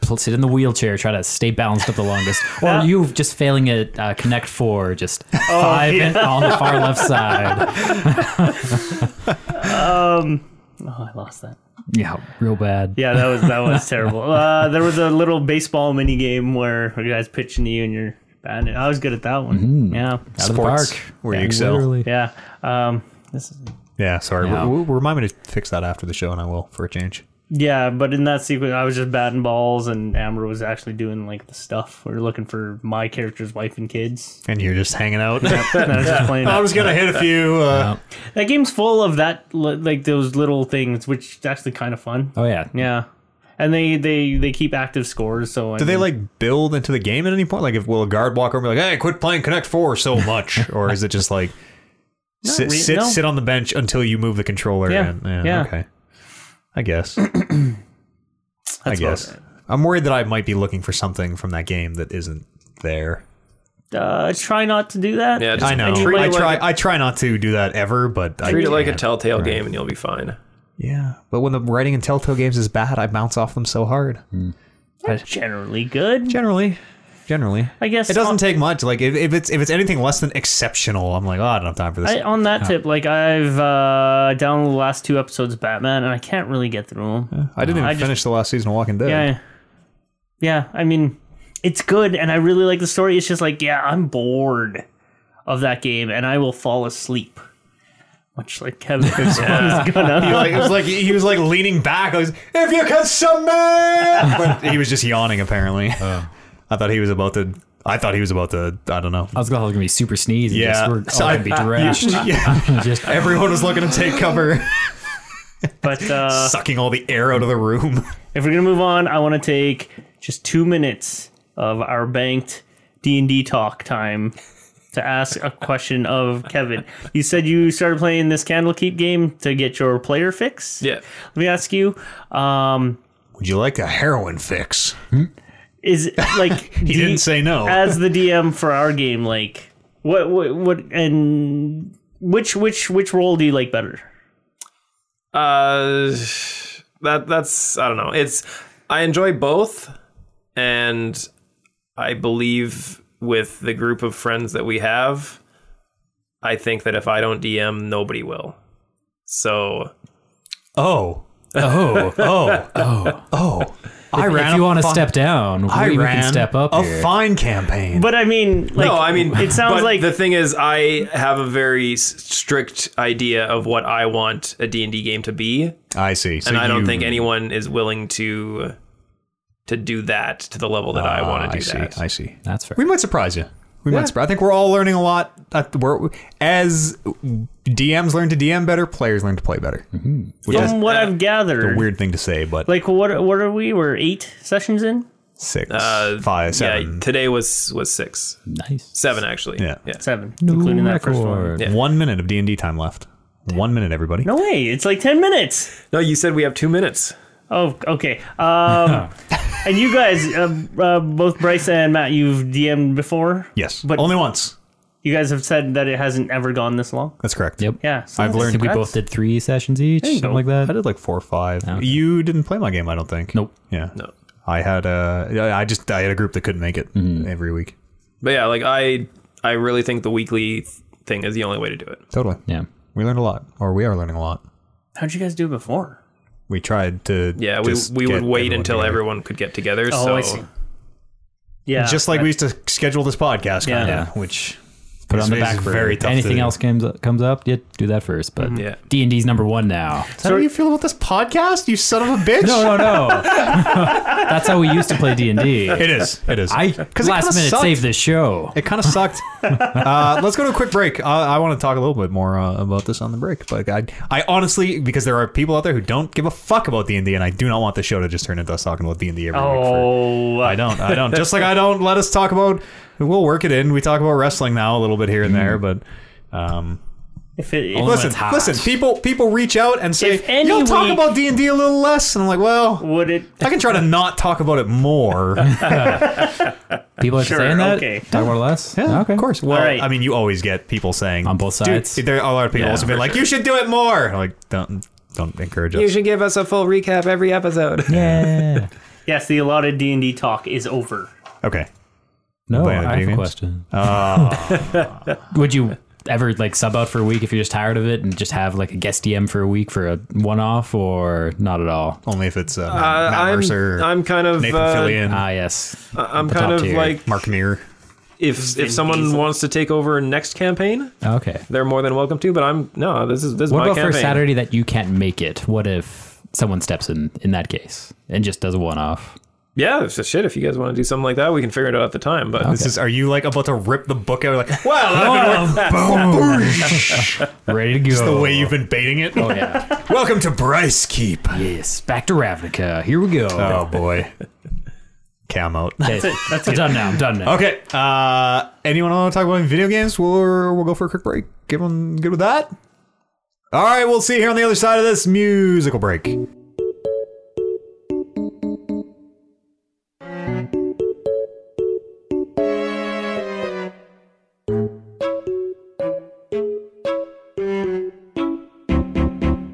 [SPEAKER 3] pl- sit in the wheelchair, try to stay balanced up the longest, or you just failing at uh, Connect Four, just
[SPEAKER 2] Oh,
[SPEAKER 3] five
[SPEAKER 1] yeah.
[SPEAKER 3] in- on the far left side.
[SPEAKER 1] oh, I lost that.
[SPEAKER 3] Yeah, real bad.
[SPEAKER 1] Yeah, that was that was terrible. Uh, there was a little baseball mini game where you guys pitching to you and you're batting. it. I was good at that one.
[SPEAKER 2] Mm-hmm.
[SPEAKER 1] Yeah,
[SPEAKER 3] Out of the
[SPEAKER 2] Sports,
[SPEAKER 3] park.
[SPEAKER 2] where you excel.
[SPEAKER 3] literally.
[SPEAKER 1] yeah. Um, this is,
[SPEAKER 2] Yeah, sorry.
[SPEAKER 3] Yeah.
[SPEAKER 2] W- w- remind me to fix that after the show, and I will for a change.
[SPEAKER 1] yeah, but in that sequence, I was just batting balls, and Amber was actually doing like the stuff. We were looking for my character's wife and kids.
[SPEAKER 2] And you're just hanging out.
[SPEAKER 1] And I was just playing.
[SPEAKER 2] I was gonna hit a few. Uh,
[SPEAKER 1] That game's full of that, li- like those little things, which is actually kind of fun.
[SPEAKER 3] Oh yeah.
[SPEAKER 1] Yeah, and they they they keep active scores. So
[SPEAKER 2] Do they like build into the game at any point? Like, if will a guard walk over and be like, "Hey, quit playing Connect Four so much," or is it just like sit
[SPEAKER 1] re-
[SPEAKER 2] sit,
[SPEAKER 1] no.
[SPEAKER 2] sit on the bench until you move the controller?
[SPEAKER 1] Yeah,
[SPEAKER 2] in?
[SPEAKER 1] yeah.
[SPEAKER 2] Okay, I guess. I
[SPEAKER 1] That's
[SPEAKER 2] guess.
[SPEAKER 1] about
[SPEAKER 2] I'm worried that I might be looking for something from that game that isn't there.
[SPEAKER 1] uh, try not to do that.
[SPEAKER 4] yeah, just
[SPEAKER 2] I know.
[SPEAKER 4] treat it
[SPEAKER 2] I
[SPEAKER 4] like-
[SPEAKER 2] try. I try not to do that ever, but I
[SPEAKER 4] treat it like a
[SPEAKER 2] can't.
[SPEAKER 4] Telltale game and you'll be fine.
[SPEAKER 2] yeah. But when the writing in Telltale games is bad, I bounce off them so hard.
[SPEAKER 1] generally good.
[SPEAKER 2] Generally, generally,
[SPEAKER 1] I guess
[SPEAKER 2] it doesn't
[SPEAKER 1] on-
[SPEAKER 2] take much. Like if, if it's if it's anything less than exceptional, I'm like, oh, I don't have time for this.
[SPEAKER 1] I, on that tip, like I've uh, downloaded the last two episodes of Batman, and I can't really get through them.
[SPEAKER 2] I didn't even
[SPEAKER 1] I just-
[SPEAKER 2] finish the last season of Walking Dead.
[SPEAKER 1] Yeah, yeah. I mean, it's good, and I really like the story. It's just like, yeah, I'm bored of that game, and I will fall asleep, much like Kevin is gonna.
[SPEAKER 2] Like, it was like he was like leaning back. I was, if you could summon, but he was just yawning. Apparently, I thought he was about to. I thought he was about to. I don't know.
[SPEAKER 3] I was gonna I was gonna be super sneeze. And
[SPEAKER 2] Yeah.
[SPEAKER 3] just, we're
[SPEAKER 2] So
[SPEAKER 3] all
[SPEAKER 2] I-
[SPEAKER 3] gonna be drenched.
[SPEAKER 2] yeah,
[SPEAKER 3] just
[SPEAKER 2] everyone was looking to take cover,
[SPEAKER 1] But uh,
[SPEAKER 2] sucking all the air out of the room.
[SPEAKER 1] if we're gonna move on, I want to take just two minutes of our banked D and D talk time to ask a question of Kevin. You said you started playing this Candlekeep game to get your player fix.
[SPEAKER 4] Yeah.
[SPEAKER 1] Let me ask you: um,
[SPEAKER 2] Would you like a heroin fix?
[SPEAKER 1] Is like he
[SPEAKER 2] didn't say no.
[SPEAKER 1] as the DM for our game? Like what? What? what and which which which role do you like better?
[SPEAKER 4] Uh, that that's I don't know. It's I enjoy both, and I believe with the group of friends that we have, I think that if I don't DM, nobody will. So
[SPEAKER 2] Oh,
[SPEAKER 3] oh
[SPEAKER 2] oh, oh, oh! I
[SPEAKER 3] if,
[SPEAKER 2] ran.
[SPEAKER 3] if you
[SPEAKER 2] a
[SPEAKER 3] want to
[SPEAKER 2] fi-
[SPEAKER 3] step down,
[SPEAKER 2] I
[SPEAKER 3] we, we
[SPEAKER 2] ran
[SPEAKER 3] can step up
[SPEAKER 2] a
[SPEAKER 3] here.
[SPEAKER 2] fine campaign.
[SPEAKER 1] But I mean, like,
[SPEAKER 4] no, I mean
[SPEAKER 1] it sounds
[SPEAKER 4] but
[SPEAKER 1] like-
[SPEAKER 4] the thing is I have a very s- strict idea of what I want a D and D game to be,
[SPEAKER 2] I see. So
[SPEAKER 4] and I don't
[SPEAKER 2] you-
[SPEAKER 4] think anyone is willing to to do that to the level that I want
[SPEAKER 2] Ah,
[SPEAKER 4] to do
[SPEAKER 2] I see.
[SPEAKER 4] that.
[SPEAKER 2] I see.
[SPEAKER 3] That's fair.
[SPEAKER 2] We might surprise you. We might. Spread. I think we're all learning a lot. Uh, we're, as DMs learn to DM better, players learn to play better.
[SPEAKER 4] Mhm.
[SPEAKER 2] Which is
[SPEAKER 1] From what I've
[SPEAKER 2] a
[SPEAKER 1] gathered,
[SPEAKER 2] weird thing to say, but
[SPEAKER 1] like what what are we? We're eight sessions in.
[SPEAKER 2] six,
[SPEAKER 4] Uh,
[SPEAKER 2] five,
[SPEAKER 4] Yeah,
[SPEAKER 2] seven,
[SPEAKER 4] today was was six,
[SPEAKER 3] Nice.
[SPEAKER 4] seven actually.
[SPEAKER 2] Yeah.
[SPEAKER 4] yeah.
[SPEAKER 1] Seven,
[SPEAKER 3] New
[SPEAKER 1] including that first one.
[SPEAKER 3] record.
[SPEAKER 4] Yeah.
[SPEAKER 2] one minute of D and D time left. One minute, everybody.
[SPEAKER 1] No way, it's like ten minutes.
[SPEAKER 4] No, you said we have two minutes.
[SPEAKER 1] Oh, okay. Um, and you guys, uh, uh, both Bryce and Matt, you've DM'd before.
[SPEAKER 2] Yes,
[SPEAKER 1] but
[SPEAKER 2] only once.
[SPEAKER 1] you guys have said that it hasn't ever gone this long.
[SPEAKER 2] That's correct.
[SPEAKER 3] Yep.
[SPEAKER 1] Yeah, so
[SPEAKER 2] I've
[SPEAKER 1] that's-
[SPEAKER 3] I
[SPEAKER 2] learned-
[SPEAKER 3] think we
[SPEAKER 1] that's-
[SPEAKER 3] both did three sessions each,
[SPEAKER 1] you
[SPEAKER 3] something
[SPEAKER 1] go.
[SPEAKER 3] like
[SPEAKER 2] I
[SPEAKER 3] that.
[SPEAKER 2] did like four or five. You didn't play my game, I don't think.
[SPEAKER 3] Nope.
[SPEAKER 2] Yeah.
[SPEAKER 4] No.
[SPEAKER 2] I had a. I just I had a group that couldn't make it
[SPEAKER 4] Mm-hmm.
[SPEAKER 2] every week.
[SPEAKER 4] But yeah, like I I really think the weekly thing is the only way to do it.
[SPEAKER 2] Totally.
[SPEAKER 3] Yeah.
[SPEAKER 2] We learned a lot, or we are learning a lot.
[SPEAKER 1] How'd you guys do it before?
[SPEAKER 2] We tried to.
[SPEAKER 4] Yeah, we,
[SPEAKER 2] just
[SPEAKER 4] we would
[SPEAKER 2] get
[SPEAKER 4] wait
[SPEAKER 2] everyone
[SPEAKER 4] until
[SPEAKER 2] together.
[SPEAKER 4] everyone could get together.
[SPEAKER 1] Oh,
[SPEAKER 4] so
[SPEAKER 1] I see. Yeah,
[SPEAKER 2] Just like we used to schedule this podcast,
[SPEAKER 1] Yeah.
[SPEAKER 2] kinda,
[SPEAKER 1] Yeah.
[SPEAKER 2] which
[SPEAKER 3] Uh, Put it on the back burner.
[SPEAKER 2] Very tough. to
[SPEAKER 3] Anything
[SPEAKER 2] do. Mm-hmm.
[SPEAKER 3] else comes up, comes up, yeah, do that first. But
[SPEAKER 4] Yeah.
[SPEAKER 3] D and D's number one now.
[SPEAKER 2] Is that how you feel about this podcast? You son of a bitch.
[SPEAKER 3] No, no, no. That's how we used to play D and D.
[SPEAKER 2] It is. It is.
[SPEAKER 3] I
[SPEAKER 2] it
[SPEAKER 3] last
[SPEAKER 2] kinda
[SPEAKER 3] minute
[SPEAKER 2] sucked.
[SPEAKER 3] saved this show.
[SPEAKER 2] It kind of sucked. uh, let's go to a quick break. I, I want to talk a little bit more uh, about this on the break, but I, I honestly, because there are people out there who don't give a fuck about D and D, and I do not want the show to just turn into us talking about D and D every week. For,
[SPEAKER 1] Oh,
[SPEAKER 2] I don't. I don't. just like I don't let us talk about. We'll work it in. We talk about wrestling now a little bit here and there,
[SPEAKER 3] Mm.
[SPEAKER 2] but. Um,
[SPEAKER 1] If it,
[SPEAKER 3] Only
[SPEAKER 2] listen,
[SPEAKER 3] it's hot.
[SPEAKER 2] listen. People, people reach out and say,
[SPEAKER 1] If any
[SPEAKER 2] "You'll talk
[SPEAKER 1] week-
[SPEAKER 2] about D and D a little less," and I'm like, "Well,
[SPEAKER 1] would it?
[SPEAKER 2] I can try to not talk about it more."
[SPEAKER 3] People are
[SPEAKER 1] Sure,
[SPEAKER 3] saying that.
[SPEAKER 1] okay.
[SPEAKER 3] Talk about less.
[SPEAKER 2] Yeah,
[SPEAKER 3] okay.
[SPEAKER 2] of course. Well,
[SPEAKER 1] All right.
[SPEAKER 2] I mean, you always get people saying
[SPEAKER 3] On both
[SPEAKER 2] "Dude,"
[SPEAKER 3] sides.
[SPEAKER 2] there are a lot of people
[SPEAKER 3] Yeah,
[SPEAKER 2] also
[SPEAKER 3] for
[SPEAKER 2] being like, "You should do it more." I'm like, don't don't encourage us.
[SPEAKER 4] should give us a full recap every episode.
[SPEAKER 3] Yeah.
[SPEAKER 1] Yes, the allotted D and D talk is over.
[SPEAKER 2] Okay.
[SPEAKER 3] No,
[SPEAKER 2] Play
[SPEAKER 3] I
[SPEAKER 2] other
[SPEAKER 3] have
[SPEAKER 2] video
[SPEAKER 3] a
[SPEAKER 2] games?
[SPEAKER 3] question.
[SPEAKER 2] Oh.
[SPEAKER 3] Would you ever like sub out for a week if you're just tired of it and just have like a guest DM for a week for a one off or not at all?
[SPEAKER 2] Only if it's uh,
[SPEAKER 4] Uh,
[SPEAKER 2] Matt
[SPEAKER 4] I'm
[SPEAKER 2] Mercer, or
[SPEAKER 4] I'm kind of
[SPEAKER 2] Nathan
[SPEAKER 4] uh,
[SPEAKER 2] Fillion,
[SPEAKER 3] Ah, yes.
[SPEAKER 2] Uh.
[SPEAKER 4] I'm
[SPEAKER 3] The
[SPEAKER 4] kind
[SPEAKER 3] top
[SPEAKER 4] of
[SPEAKER 3] tier.
[SPEAKER 4] like
[SPEAKER 2] Mark Meer.
[SPEAKER 4] if if someone
[SPEAKER 1] Diesel.
[SPEAKER 4] wants to take over next campaign,
[SPEAKER 3] Okay.
[SPEAKER 4] they're more than welcome to. But I'm no, this is this is
[SPEAKER 3] What
[SPEAKER 4] my
[SPEAKER 3] about
[SPEAKER 4] campaign.
[SPEAKER 3] for a Saturday that you can't make it? What if someone steps in in that case and just does a one off?
[SPEAKER 4] Yeah, it's just shit. If you guys want to do something like that, we can figure it out at the time. But
[SPEAKER 2] This is. Are you like about to rip the book out? Like, well,
[SPEAKER 3] Oh,
[SPEAKER 2] I've been
[SPEAKER 3] Ready to go. Just
[SPEAKER 2] Oh. the way you've been baiting it.
[SPEAKER 3] Oh yeah.
[SPEAKER 2] Welcome to Bryce Keep.
[SPEAKER 3] yes. Back to Ravnica. Here we go.
[SPEAKER 2] Oh boy. Okay, I'm out.
[SPEAKER 3] Okay. That's I'm done now. I'm done now.
[SPEAKER 2] Okay. Uh, anyone want to talk about video games? We'll we'll go for a quick break. Everyone good with that? All right. We'll see you here on the other side of this musical break. Oh.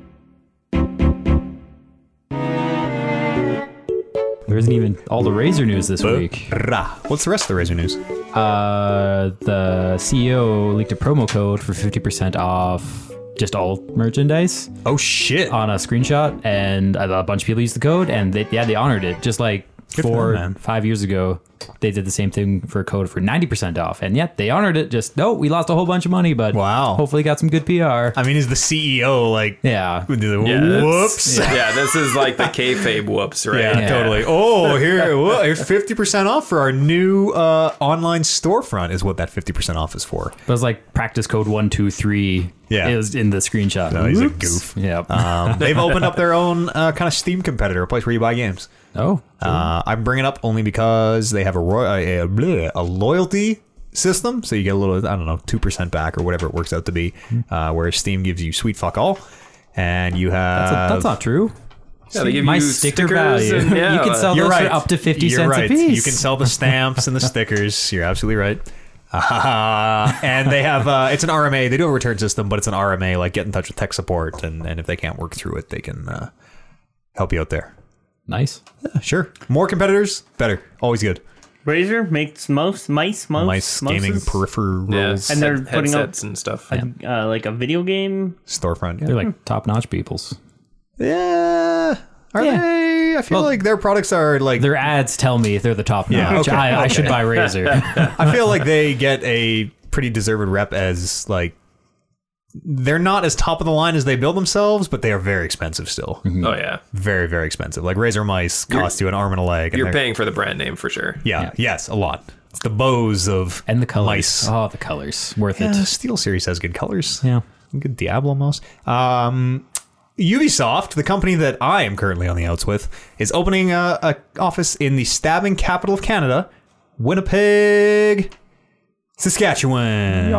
[SPEAKER 3] There isn't even all the Razor news this week.
[SPEAKER 2] Ra. What's the rest of the Razor news?
[SPEAKER 3] Uh, the CEO leaked a promo code for 50% off just all merchandise
[SPEAKER 2] Oh shit!
[SPEAKER 3] on a screenshot, and a bunch of people used the code, and they, yeah, they honored it. Just like
[SPEAKER 2] for
[SPEAKER 3] four,
[SPEAKER 2] them, man.
[SPEAKER 3] five years ago, they did the same thing for a code for 90% off, and yet they honored it. Just, no, we lost a whole bunch of money, but
[SPEAKER 2] Wow.
[SPEAKER 3] hopefully got some good PR.
[SPEAKER 2] I mean, is the CEO like?
[SPEAKER 3] Yeah.
[SPEAKER 2] with the-
[SPEAKER 4] that's-
[SPEAKER 2] whoops. Yeah.
[SPEAKER 4] yeah, this is like the kayfabe whoops, right?
[SPEAKER 3] Yeah.
[SPEAKER 2] totally. Oh, here, fifty percent off for our new uh, online storefront is what that fifty percent off is for.
[SPEAKER 3] But it was like practice code 123
[SPEAKER 2] Yeah.
[SPEAKER 3] is in the screenshot.
[SPEAKER 2] No, he's a
[SPEAKER 3] Oops.
[SPEAKER 2] goof.
[SPEAKER 3] Yep.
[SPEAKER 2] Um, they've opened up their own uh, kind of Steam competitor, a place where you buy games.
[SPEAKER 3] oh.
[SPEAKER 2] Uh, I bring it up only because they have a roy- a, a, bleh, a loyalty system, so you get a little I don't know two percent back or whatever it works out to be,
[SPEAKER 3] Hmm.
[SPEAKER 2] uh, where Steam gives you sweet fuck all, and you have
[SPEAKER 3] That's, that's not true.
[SPEAKER 4] Yeah, they give
[SPEAKER 3] My
[SPEAKER 4] you
[SPEAKER 3] sticker
[SPEAKER 4] stickers
[SPEAKER 3] value.
[SPEAKER 4] and- yeah,
[SPEAKER 3] you can sell
[SPEAKER 2] You're
[SPEAKER 3] oh, those
[SPEAKER 2] right.
[SPEAKER 3] for up to 50
[SPEAKER 2] You're
[SPEAKER 3] cents
[SPEAKER 2] right.
[SPEAKER 3] a piece.
[SPEAKER 2] You can sell the stamps and the stickers. You're absolutely right. Uh, and they have uh, it's an RMA. They do a return system, but it's an RMA. Like get in touch with tech support, and, and if they can't work through it, they can uh, help you out there.
[SPEAKER 3] Nice.
[SPEAKER 2] Yeah, sure. More competitors, better. Always good.
[SPEAKER 1] Razor makes mouse, mice, mouse,
[SPEAKER 2] Mice gaming
[SPEAKER 1] mouses?
[SPEAKER 2] peripherals
[SPEAKER 4] Yes,
[SPEAKER 1] And they're
[SPEAKER 4] head-
[SPEAKER 1] putting up-
[SPEAKER 4] headsets and stuff.
[SPEAKER 1] uh, like a video game.
[SPEAKER 2] storefront. Yeah.
[SPEAKER 3] They're like top-notch peoples.
[SPEAKER 2] Yeah. Are
[SPEAKER 3] Yeah.
[SPEAKER 2] they? I feel
[SPEAKER 3] Well-
[SPEAKER 2] like their products are like.
[SPEAKER 3] Their ads tell me they're the top-notch.
[SPEAKER 2] Yeah, okay,
[SPEAKER 3] I, I should
[SPEAKER 2] okay.
[SPEAKER 3] buy Razer.
[SPEAKER 2] I feel like they get a pretty deserved rep as like they're not as top of the line as they build themselves, but they are very expensive still.
[SPEAKER 3] Mm-hmm.
[SPEAKER 4] oh yeah,
[SPEAKER 2] Very, very expensive. Like Razor mice cost you an arm and a leg. and
[SPEAKER 4] you're
[SPEAKER 2] Mm. they're-
[SPEAKER 4] paying for the brand name for sure.
[SPEAKER 2] Yeah,
[SPEAKER 3] Yeah.
[SPEAKER 2] Yes. A lot. It's the bows of
[SPEAKER 3] and the colors.
[SPEAKER 2] Mice.
[SPEAKER 3] Oh, the colors, worth
[SPEAKER 2] Yeah,
[SPEAKER 3] it.
[SPEAKER 2] Steel series has good colors.
[SPEAKER 3] Yeah.
[SPEAKER 2] Good Diablo mouse. Um, Ubisoft, the company that I am currently on the outs with, is opening a, a office in the stabbing capital of Canada, Winnipeg, Saskatchewan.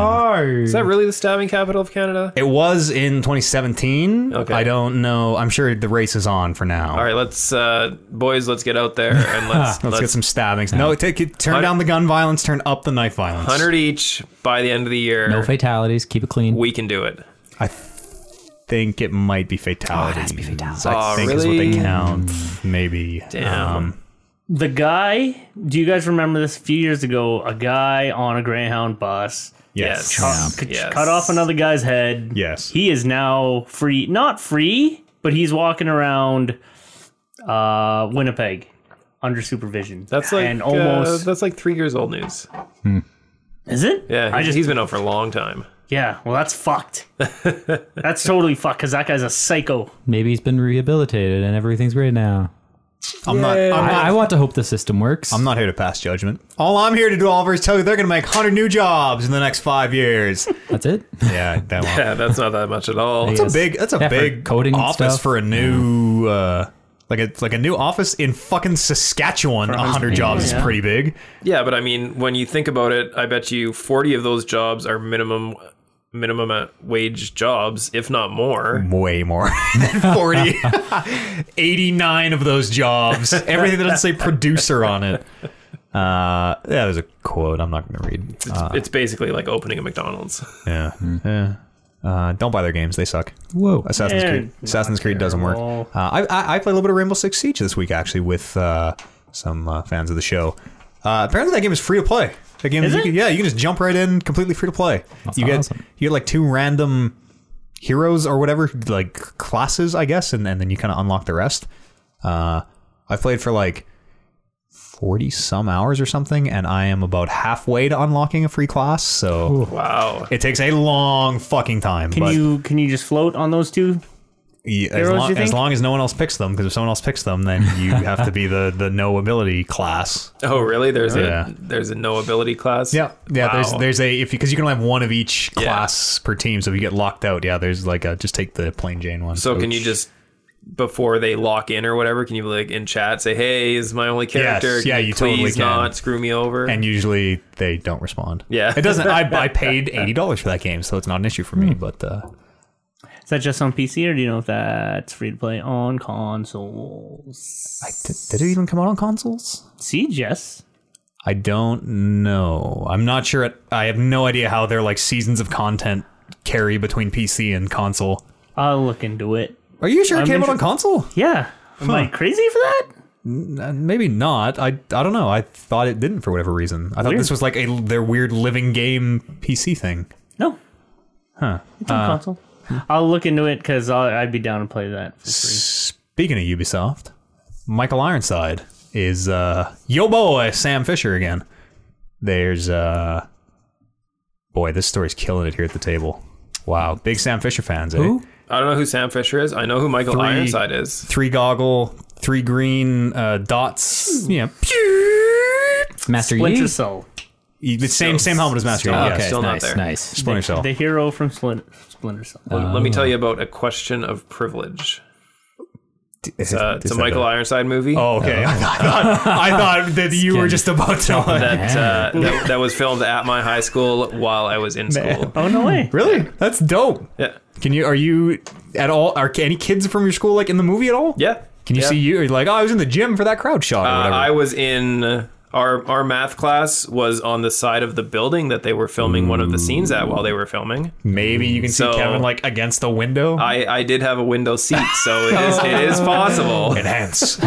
[SPEAKER 4] Is that really the stabbing capital of Canada?
[SPEAKER 2] It was in 2017.
[SPEAKER 4] Okay.
[SPEAKER 2] I don't know. I'm sure the race is on for now.
[SPEAKER 4] All right, let's uh, boys, let's get out there and let's
[SPEAKER 2] Let's, get some stabbings. No, take it. Turn
[SPEAKER 4] Hun-
[SPEAKER 2] down the gun violence. Turn up the knife violence.
[SPEAKER 4] hundred each by the end of the year.
[SPEAKER 3] No fatalities. Keep it clean.
[SPEAKER 4] we can do it.
[SPEAKER 2] I think it might be fatalities.
[SPEAKER 3] Oh, has to be fatalities.
[SPEAKER 2] I
[SPEAKER 4] Oh,
[SPEAKER 2] think is what they
[SPEAKER 4] really?
[SPEAKER 2] count. Maybe. Um,
[SPEAKER 4] Damn.
[SPEAKER 1] the guy do you guys remember this a few years ago a guy on a greyhound bus
[SPEAKER 2] yes.
[SPEAKER 4] Yes.
[SPEAKER 1] cut,
[SPEAKER 4] Yeah. Yes.
[SPEAKER 1] cut off another guy's head
[SPEAKER 2] Yes.
[SPEAKER 1] he is now free not free but he's walking around uh winnipeg under supervision
[SPEAKER 4] That's like
[SPEAKER 1] and almost
[SPEAKER 4] uh, that's like three years old news.
[SPEAKER 1] is it
[SPEAKER 4] Yeah,
[SPEAKER 1] i
[SPEAKER 4] he's-
[SPEAKER 1] just
[SPEAKER 4] he's been out for a long time.
[SPEAKER 1] yeah well that's fucked that's totally fucked because that guy's a psycho
[SPEAKER 3] Maybe he's been rehabilitated and everything's great now.
[SPEAKER 2] I'm not. I'm not.
[SPEAKER 3] I, I want to hope the system works.
[SPEAKER 2] I'm not here to pass judgment. All I'm here to do, Oliver, is tell you they're going to make 100 new jobs in the next five years.
[SPEAKER 3] That's it.
[SPEAKER 2] yeah, that one.
[SPEAKER 4] Yeah, that's not that much at all.
[SPEAKER 2] That's a big. That's a
[SPEAKER 3] Yeah, for
[SPEAKER 2] big
[SPEAKER 3] coding and
[SPEAKER 2] office
[SPEAKER 3] stuff.
[SPEAKER 2] for a new. Uh, like a like a new office in fucking Saskatchewan. 100 jobs
[SPEAKER 1] Yeah.
[SPEAKER 2] is pretty big.
[SPEAKER 4] Yeah, but I mean, when you think about it, I bet you forty of those jobs are minimum minimum uh, wage jobs, if not more.
[SPEAKER 2] way more than 40 89 of those jobs everything that doesn't say producer on it uh yeah there's a quote i'm not gonna read uh,
[SPEAKER 4] It's basically like opening a McDonald's.
[SPEAKER 2] yeah
[SPEAKER 3] Hmm.
[SPEAKER 2] yeah uh, don't buy their games; they suck.
[SPEAKER 3] Whoa.
[SPEAKER 2] Assassin's
[SPEAKER 1] They're
[SPEAKER 2] Creed.
[SPEAKER 1] not
[SPEAKER 2] Assassin's Creed doesn't work. Uh,
[SPEAKER 1] terrible.
[SPEAKER 2] I, I I played a little bit of Rainbow Six Siege this week actually with uh, some uh, fans of the show. Uh, apparently, that game is free to play. That game,
[SPEAKER 1] Is
[SPEAKER 2] you
[SPEAKER 1] it?
[SPEAKER 2] Can, yeah, you can just jump right in, completely free to play. you get
[SPEAKER 3] awesome.
[SPEAKER 2] you get like two random heroes or whatever, like classes, I guess, and, and then you kind of unlock the rest. Uh, I played for like 40 some hours or something, and I am about halfway to unlocking a free class, so
[SPEAKER 4] Wow.
[SPEAKER 2] it takes a long fucking time.
[SPEAKER 1] can
[SPEAKER 2] but
[SPEAKER 1] you can you just float on those two
[SPEAKER 2] y- as,
[SPEAKER 1] heroes,
[SPEAKER 2] long,
[SPEAKER 1] you
[SPEAKER 2] as
[SPEAKER 1] think?
[SPEAKER 2] long as no one else picks them, because if someone else picks them, then you have to be the, the no ability class.
[SPEAKER 4] Oh, really? There's
[SPEAKER 2] Yeah.
[SPEAKER 4] a there's a no ability class.
[SPEAKER 2] Yeah, yeah. There's
[SPEAKER 4] Wow.
[SPEAKER 2] there's a if because you, can only have one of each class per team, so if you get locked out, yeah. There's like a just take the plain Jane one.
[SPEAKER 4] So can
[SPEAKER 2] Ouch.
[SPEAKER 4] you just before they lock in or whatever, can you like in chat say, "Hey, this is my only character.
[SPEAKER 2] Yes. Yeah,
[SPEAKER 4] Can
[SPEAKER 2] you
[SPEAKER 4] please
[SPEAKER 2] totally can.
[SPEAKER 4] not screw me over."
[SPEAKER 2] and usually they don't respond.
[SPEAKER 4] Yeah.
[SPEAKER 2] it doesn't. I, I paid eighty dollars for that game, so it's not an issue for me. But uh,
[SPEAKER 1] is that just on pc or do you know if that's free to play on consoles
[SPEAKER 2] I, did, did it even come out on consoles?
[SPEAKER 1] siege yes
[SPEAKER 2] I don't know. I'm not sure. It, I have no idea how their like seasons of content carry between PC and console.
[SPEAKER 1] i'll look into it
[SPEAKER 2] Are you sure it
[SPEAKER 1] I'm
[SPEAKER 2] came out
[SPEAKER 1] inter-
[SPEAKER 2] on console?
[SPEAKER 1] yeah am i crazy for that
[SPEAKER 2] Uh, Maybe not. I I don't know. I thought it didn't for whatever reason. I thought
[SPEAKER 1] Weird.
[SPEAKER 2] this was like a their weird living game PC thing.
[SPEAKER 1] No.
[SPEAKER 2] Huh. Uh, hmm.
[SPEAKER 1] It's on console. I'll look into it because I'd be down to play that. For free.
[SPEAKER 2] Speaking of Ubisoft, Michael Ironside is uh yo boy Sam Fisher again. There's uh boy, this story's killing it here at the table. Wow, big Sam Fisher fans. eh?
[SPEAKER 3] Who?
[SPEAKER 4] I don't know who Sam Fisher is. I know who Michael
[SPEAKER 2] Three-
[SPEAKER 4] Ironside is.
[SPEAKER 2] Three goggle, three green uh, dots.
[SPEAKER 1] Hmm.
[SPEAKER 2] Yeah,
[SPEAKER 3] Master
[SPEAKER 1] Splinter
[SPEAKER 3] Yi.
[SPEAKER 1] Cell,
[SPEAKER 2] the same same helmet as Master. Yi,
[SPEAKER 4] still-
[SPEAKER 2] yeah.
[SPEAKER 3] okay,
[SPEAKER 4] still not
[SPEAKER 3] nice,
[SPEAKER 4] there.
[SPEAKER 3] nice.
[SPEAKER 2] Splinter Cell.
[SPEAKER 1] the hero from Splinter, Splinter Cell.
[SPEAKER 2] Oh.
[SPEAKER 4] Let- Let me tell you about a question of privilege.
[SPEAKER 2] Is
[SPEAKER 4] Uh,
[SPEAKER 2] that
[SPEAKER 4] it's a Michael Ironside movie.
[SPEAKER 2] Oh, okay. I, thought, I thought that you were just about to.
[SPEAKER 4] That, uh, that that was filmed at my high school while I was in school.
[SPEAKER 1] oh no way!
[SPEAKER 2] Really? That's dope.
[SPEAKER 4] Yeah,
[SPEAKER 2] Can you? Are you at all? Are any kids from your school like in the movie at all?
[SPEAKER 4] yeah.
[SPEAKER 2] Can you
[SPEAKER 4] Yeah.
[SPEAKER 2] see you? Are you like, oh, I was in the gym for that crowd shot or
[SPEAKER 4] Uh,
[SPEAKER 2] whatever.
[SPEAKER 4] I was in our our math class was on the side of the building that they were filming one of the scenes at while they were filming.
[SPEAKER 2] Maybe you can
[SPEAKER 4] So-
[SPEAKER 2] see Kevin like against the window.
[SPEAKER 4] I, I did have a window seat, so it is, it is possible.
[SPEAKER 2] Enhance.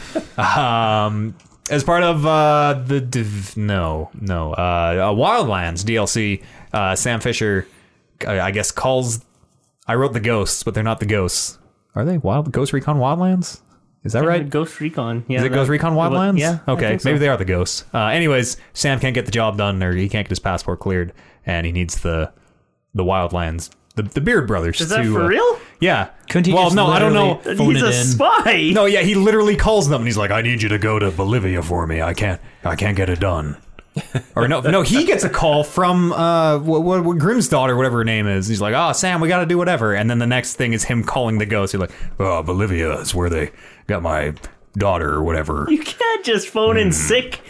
[SPEAKER 2] um, as part of uh, the div- no no uh, uh, Wildlands DLC, uh, Sam Fisher, I, I guess calls. I wrote the ghosts, but they're not the ghosts. Are they Wild Ghost Recon Wildlands? Is that right?
[SPEAKER 1] Ghost Recon. Yeah,
[SPEAKER 2] Is it
[SPEAKER 1] that-
[SPEAKER 2] Ghost Recon
[SPEAKER 1] wa-
[SPEAKER 2] Wildlands?
[SPEAKER 1] Yeah. I
[SPEAKER 2] Okay.
[SPEAKER 1] think so.
[SPEAKER 2] Maybe they are the ghosts. Uh, anyways, Sam can't get the job done, or he can't get his passport cleared, and he needs the the Wildlands, the the Beard Brothers.
[SPEAKER 1] Is that
[SPEAKER 2] to,
[SPEAKER 1] for
[SPEAKER 2] uh,
[SPEAKER 1] real?
[SPEAKER 2] Yeah.
[SPEAKER 3] Couldn't he
[SPEAKER 2] well,
[SPEAKER 3] just
[SPEAKER 2] no, I don't know.
[SPEAKER 3] literally- Phone
[SPEAKER 1] He's
[SPEAKER 3] it
[SPEAKER 1] a
[SPEAKER 3] in.
[SPEAKER 1] spy.
[SPEAKER 2] No, yeah, he literally calls them and he's like, "I need you to go to Bolivia for me. I can't, I can't get it done." or no, no, he gets a call from uh, what, what, what Grimm's daughter, whatever her name is. He's like, "Oh, Sam, we got to do whatever." And then the next thing is him calling the ghost. He's like, "Oh, Bolivia is where they got my daughter or whatever."
[SPEAKER 1] You can't just phone
[SPEAKER 2] Hmm.
[SPEAKER 1] in sick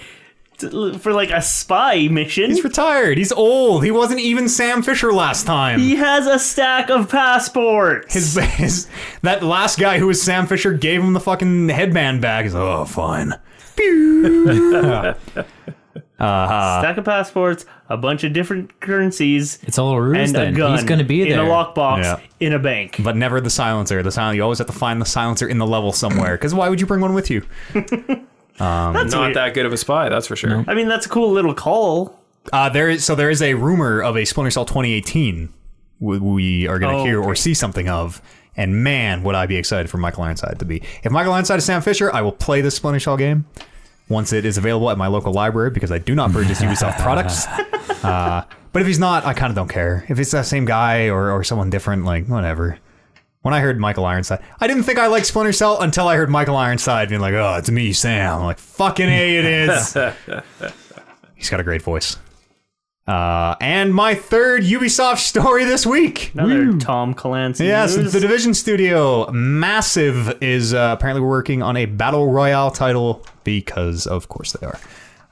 [SPEAKER 1] to, for like a spy mission.
[SPEAKER 2] He's retired. He's old. He wasn't even Sam Fisher last time.
[SPEAKER 1] He has a stack of passports.
[SPEAKER 2] His, his, that last guy who was Sam Fisher gave him the fucking headband back. He's like, "Oh, fine."
[SPEAKER 1] stack of passports, a bunch of different currencies,
[SPEAKER 3] It's all a ruse
[SPEAKER 1] and
[SPEAKER 3] then.
[SPEAKER 1] a gun.
[SPEAKER 3] He's going to be there.
[SPEAKER 1] in a lockbox
[SPEAKER 2] Yeah.
[SPEAKER 1] in a bank.
[SPEAKER 2] but never the silencer. The silencer you always have to find the silencer in the level somewhere. Because why would you bring one with you?
[SPEAKER 1] That's
[SPEAKER 4] Not
[SPEAKER 1] weird.
[SPEAKER 4] that good of a spy, that's for sure.
[SPEAKER 1] I mean, that's a cool little call.
[SPEAKER 2] Uh, there is so there is a rumor of a Splinter Cell 2018 we- we are going to
[SPEAKER 1] Oh,
[SPEAKER 2] hear or see something of. And man, would I be excited for Michael Ironside to be. If Michael Ironside is Sam Fisher, I will play this Splinter Cell game once it is available at my local library because I do not purchase Ubisoft products. Uh, but if he's not, I kind of don't care. If it's that same guy or, or someone different, like whatever. When I heard Michael Ironside, I didn't think I liked Splinter Cell until I heard Michael Ironside being like, "Oh, it's me, Sam." I'm like, "Fucking a, it is." He's got a great voice. Uh, and my third Ubisoft story this week.
[SPEAKER 1] Another Tom Clancy.
[SPEAKER 2] Yes,
[SPEAKER 1] news.
[SPEAKER 2] the Division Studio Massive is uh, apparently working on a battle royale title because, of course, they are.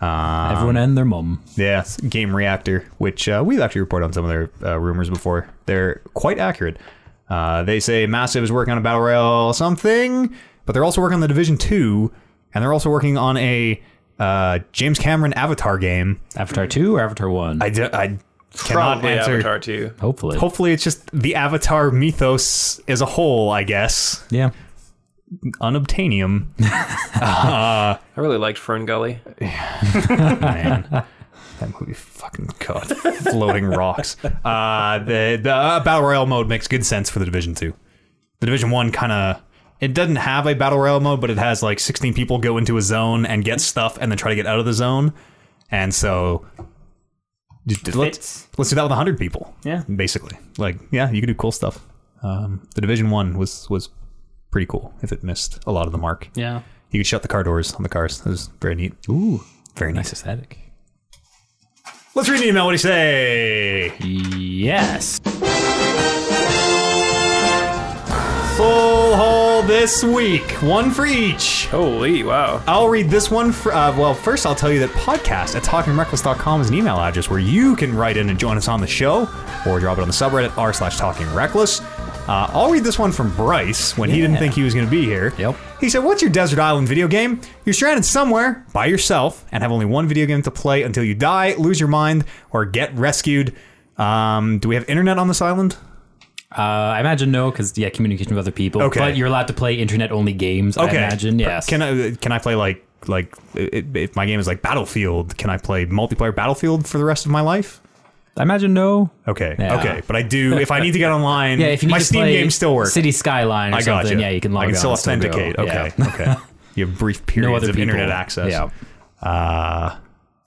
[SPEAKER 2] Uh,
[SPEAKER 3] Everyone and their mum.
[SPEAKER 2] Yes, Game Reactor, which uh, we've actually reported on some of their uh, rumors before. They're quite accurate. Uh, they say Massive is working on a battle royale something, but they're also working on the Division Two, and they're also working on a uh, James Cameron Avatar game.
[SPEAKER 3] Avatar 2 or Avatar 1?
[SPEAKER 2] I d- I cannot
[SPEAKER 4] Probably
[SPEAKER 2] answer.
[SPEAKER 4] Avatar 2.
[SPEAKER 3] Hopefully.
[SPEAKER 2] Hopefully, it's just the Avatar mythos as a whole. I guess
[SPEAKER 3] yeah.
[SPEAKER 2] unobtainium.
[SPEAKER 4] I really liked Fern Gully.
[SPEAKER 2] man. That movie, fucking god, floating rocks. Uh, the the uh, battle royale mode makes good sense for the division two. The division one kind of it doesn't have a battle royale mode, but it has like sixteen people go into a zone and get stuff, and then try to get out of the zone. And so, d- d- let's
[SPEAKER 1] Fits.
[SPEAKER 2] let's do that with hundred people.
[SPEAKER 1] Yeah.
[SPEAKER 2] basically, like yeah, you can do cool stuff. Um, the division one was was pretty cool. If it missed a lot of the mark,
[SPEAKER 1] Yeah.
[SPEAKER 2] you could shut the car doors on the cars. It was very neat.
[SPEAKER 3] Ooh.
[SPEAKER 2] Very nice.
[SPEAKER 3] Nice aesthetic.
[SPEAKER 2] Let's read an email. What do you say?
[SPEAKER 3] Yes.
[SPEAKER 2] Full haul this week. One for each.
[SPEAKER 4] Holy wow.
[SPEAKER 2] I'll read this one. For, uh, well, first I'll tell you that podcast at talkingreckless.com is an email address where you can write in and join us on the show or drop it on the subreddit r slash talking reckless. Uh, I'll read this one from Bryce when he didn't think he was going to be here.
[SPEAKER 3] Yep.
[SPEAKER 2] He said, What's your desert island video game? You're stranded somewhere by yourself and have only one video game to play until you die, lose your mind, or get rescued. Um, do we have internet on this island?
[SPEAKER 3] Uh, I imagine no, because, yeah, communication with other people.
[SPEAKER 2] Okay.
[SPEAKER 3] But you're allowed to play internet only games,
[SPEAKER 2] Okay.
[SPEAKER 3] I imagine. Yes.
[SPEAKER 2] Can I can I play like like it, if my game is like Battlefield? Can I play multiplayer Battlefield for the rest of my life?
[SPEAKER 3] I imagine no.
[SPEAKER 2] Okay,
[SPEAKER 3] Yeah.
[SPEAKER 2] okay, but I do if I need to get online.
[SPEAKER 3] Yeah, if you need
[SPEAKER 2] my
[SPEAKER 3] to
[SPEAKER 2] Steam
[SPEAKER 3] play
[SPEAKER 2] game still works.
[SPEAKER 3] City Skyline or
[SPEAKER 2] I got
[SPEAKER 3] something, yeah, you can log
[SPEAKER 2] I can
[SPEAKER 3] on
[SPEAKER 2] still
[SPEAKER 3] and go.
[SPEAKER 2] authenticate. okay,
[SPEAKER 3] Yeah.
[SPEAKER 2] okay. You have brief periods
[SPEAKER 3] No other
[SPEAKER 2] of
[SPEAKER 3] people.
[SPEAKER 2] internet access.
[SPEAKER 3] Yeah.
[SPEAKER 2] Uh,
[SPEAKER 3] I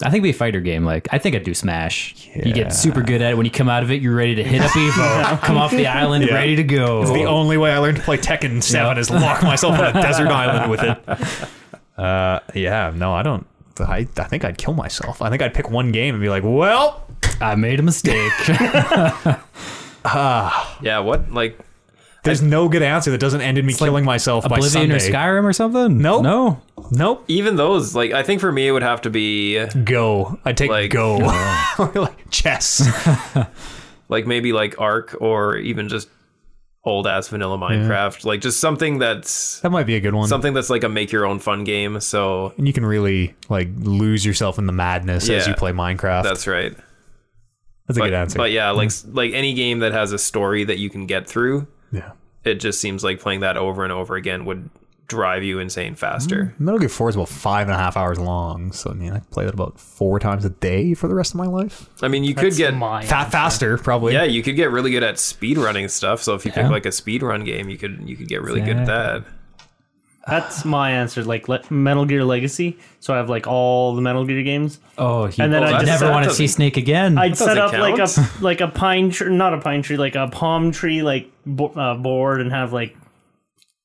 [SPEAKER 3] think it'd be a fighter game. Like I think I'd do Smash. You
[SPEAKER 2] Yeah.
[SPEAKER 3] get super good at it. When you come out of it, you're ready to hit up Evo, come off the island,
[SPEAKER 2] Yeah.
[SPEAKER 3] ready to go.
[SPEAKER 2] It's the only way I learned to play Tekken 7
[SPEAKER 3] Oh. Yeah.
[SPEAKER 2] is lock myself on a desert island with it. Uh, yeah, no, I don't. I, I think I'd kill myself. I think I'd pick one game and be like, well,
[SPEAKER 3] I made a mistake.
[SPEAKER 4] Yeah, what? Like,
[SPEAKER 2] There's no good answer that doesn't end in me killing myself by
[SPEAKER 3] Oblivion
[SPEAKER 2] Sunday.
[SPEAKER 3] or Skyrim or something?
[SPEAKER 2] Nope.
[SPEAKER 3] No.
[SPEAKER 2] Nope.
[SPEAKER 4] even those, like, I think for me it would have to be,
[SPEAKER 2] Go. I take
[SPEAKER 4] Like-
[SPEAKER 2] go. or like chess.
[SPEAKER 4] like, maybe like Ark or even just old ass vanilla Minecraft. Like, just something that's.
[SPEAKER 2] that might be a good one.
[SPEAKER 4] Something that's like a make your own fun game, so
[SPEAKER 2] And you can really like lose yourself in the madness as
[SPEAKER 4] Yeah.
[SPEAKER 2] you play Minecraft. That's,
[SPEAKER 4] that's right.
[SPEAKER 2] a
[SPEAKER 4] But,
[SPEAKER 2] good answer.
[SPEAKER 4] but yeah, like like any game that has a story that you can get through,
[SPEAKER 2] yeah.
[SPEAKER 4] it just seems like playing that over and over again would drive you insane faster.
[SPEAKER 2] Metal Gear 4 is about five and a half hours long. So, I mean, I play that about four times a day for the rest of my life.
[SPEAKER 4] I mean, you could get
[SPEAKER 1] mine.
[SPEAKER 2] Fa- faster, probably.
[SPEAKER 4] yeah, you could get really good at speed running stuff. So if you pick like a speed run game, you could you could get really good at that.
[SPEAKER 1] That's my answer. Like le- Metal Gear Legacy, so I have like all the Metal Gear games.
[SPEAKER 3] Oh, he,
[SPEAKER 1] And then
[SPEAKER 3] oh,
[SPEAKER 1] I
[SPEAKER 3] I
[SPEAKER 1] just-
[SPEAKER 3] never
[SPEAKER 1] that
[SPEAKER 3] want to
[SPEAKER 4] doesn't-
[SPEAKER 3] see Snake again.
[SPEAKER 1] I'd set
[SPEAKER 4] doesn't
[SPEAKER 1] up like
[SPEAKER 4] count.
[SPEAKER 1] a like a pine tree, not a pine tree, like a palm tree, like bo- uh, board, and have like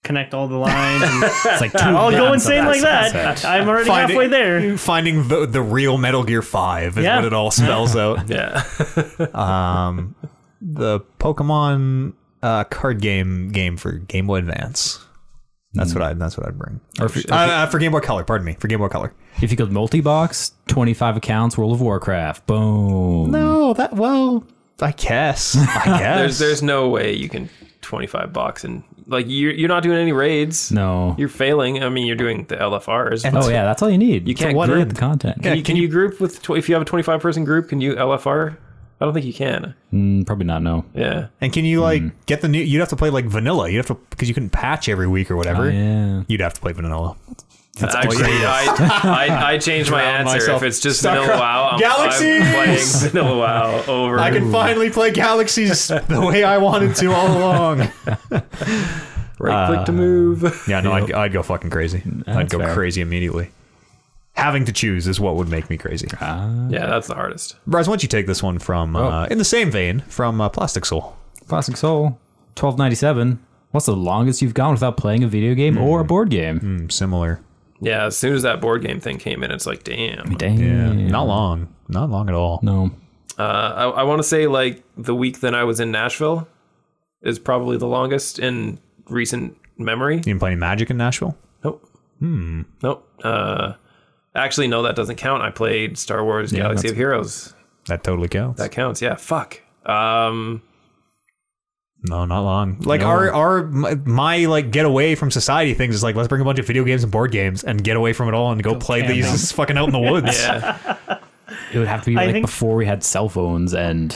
[SPEAKER 1] connect all the lines. And
[SPEAKER 3] it's like two
[SPEAKER 1] I'll go
[SPEAKER 3] guns
[SPEAKER 1] insane
[SPEAKER 3] on
[SPEAKER 1] like
[SPEAKER 3] that.
[SPEAKER 1] that. I'm already halfway there.
[SPEAKER 2] Finding the, the real Metal Gear 5 is
[SPEAKER 1] Yeah.
[SPEAKER 2] what it all spells out.
[SPEAKER 4] Yeah.
[SPEAKER 2] um, the Pokemon uh, card game game for Game Boy Advance. That's what I. That's what I'd bring.
[SPEAKER 3] Or if, you-
[SPEAKER 2] Uh, uh, for Game Boy Color. Pardon me. For Game Boy Color.
[SPEAKER 3] if you could multi-box, 25 accounts, World of Warcraft. Boom.
[SPEAKER 2] No, Oh, that well, I guess. I guess.
[SPEAKER 4] There's there's no way you can 25 bucks and like you're you're not doing any raids.
[SPEAKER 3] No.
[SPEAKER 4] You're failing. I mean, you're doing the LFRs.
[SPEAKER 2] And-
[SPEAKER 4] but
[SPEAKER 3] Oh yeah, that's all you need. You
[SPEAKER 4] can't
[SPEAKER 3] group
[SPEAKER 4] group.
[SPEAKER 3] the content.
[SPEAKER 4] can, you, can you group with tw- if you have a 25 person group? Can you LFR? I don't think you can.
[SPEAKER 3] Mm, probably not. No.
[SPEAKER 4] Yeah.
[SPEAKER 2] and can you
[SPEAKER 3] Hmm.
[SPEAKER 2] like get the new? You'd have to play like vanilla. You'd have to because you couldn't patch every week or whatever.
[SPEAKER 3] Oh, Yeah.
[SPEAKER 2] You'd have to play vanilla. That's
[SPEAKER 4] Actually, I, I, I changed my
[SPEAKER 2] Drown
[SPEAKER 4] answer.
[SPEAKER 2] myself.
[SPEAKER 4] If it's just
[SPEAKER 2] Stuck
[SPEAKER 4] Vanilla
[SPEAKER 2] up.
[SPEAKER 4] WoW, I'm,
[SPEAKER 2] Galaxies!
[SPEAKER 4] I'm playing Vanilla WoW over.
[SPEAKER 2] I can finally play Galaxies the way I wanted to all along.
[SPEAKER 4] right click to move.
[SPEAKER 2] Yeah, no, I'd, I'd go fucking crazy. I'd
[SPEAKER 3] That's
[SPEAKER 2] go
[SPEAKER 3] fair.
[SPEAKER 2] crazy immediately. Having to choose is what would make me crazy.
[SPEAKER 3] Ah.
[SPEAKER 4] Yeah, that's the hardest.
[SPEAKER 2] Bryce, why don't you take this one from,
[SPEAKER 3] Oh.
[SPEAKER 2] uh, in the same vein, from uh, Plastic Soul?
[SPEAKER 3] Plastic Soul, 1297. What's the longest you've gone without playing a video game or a
[SPEAKER 4] Hmm.
[SPEAKER 3] board game?
[SPEAKER 2] Mm, similar.
[SPEAKER 4] Yeah, as soon as that board game thing came in, it's like, damn.
[SPEAKER 3] Dang.
[SPEAKER 2] Yeah. Not long. Not long at all.
[SPEAKER 3] No.
[SPEAKER 4] Uh, I, I want to say like the week that I was in Nashville is probably the longest in recent memory.
[SPEAKER 2] You been playing Magic in Nashville?
[SPEAKER 4] Nope. Hmm. Nope. Uh, actually, no, that doesn't count. I played Star Wars Galaxy
[SPEAKER 2] that's-
[SPEAKER 4] of Heroes.
[SPEAKER 2] That totally counts.
[SPEAKER 4] That counts. Yeah. Fuck. Um.
[SPEAKER 2] no, not long. Like our our my, my like get away from society things is like let's bring a bunch of video games and board games and get away from it all and go, play
[SPEAKER 3] camping.
[SPEAKER 2] these fucking out in the woods.
[SPEAKER 4] Yeah.
[SPEAKER 3] It would have to be
[SPEAKER 1] I
[SPEAKER 3] like
[SPEAKER 1] think-
[SPEAKER 3] before we had cell phones and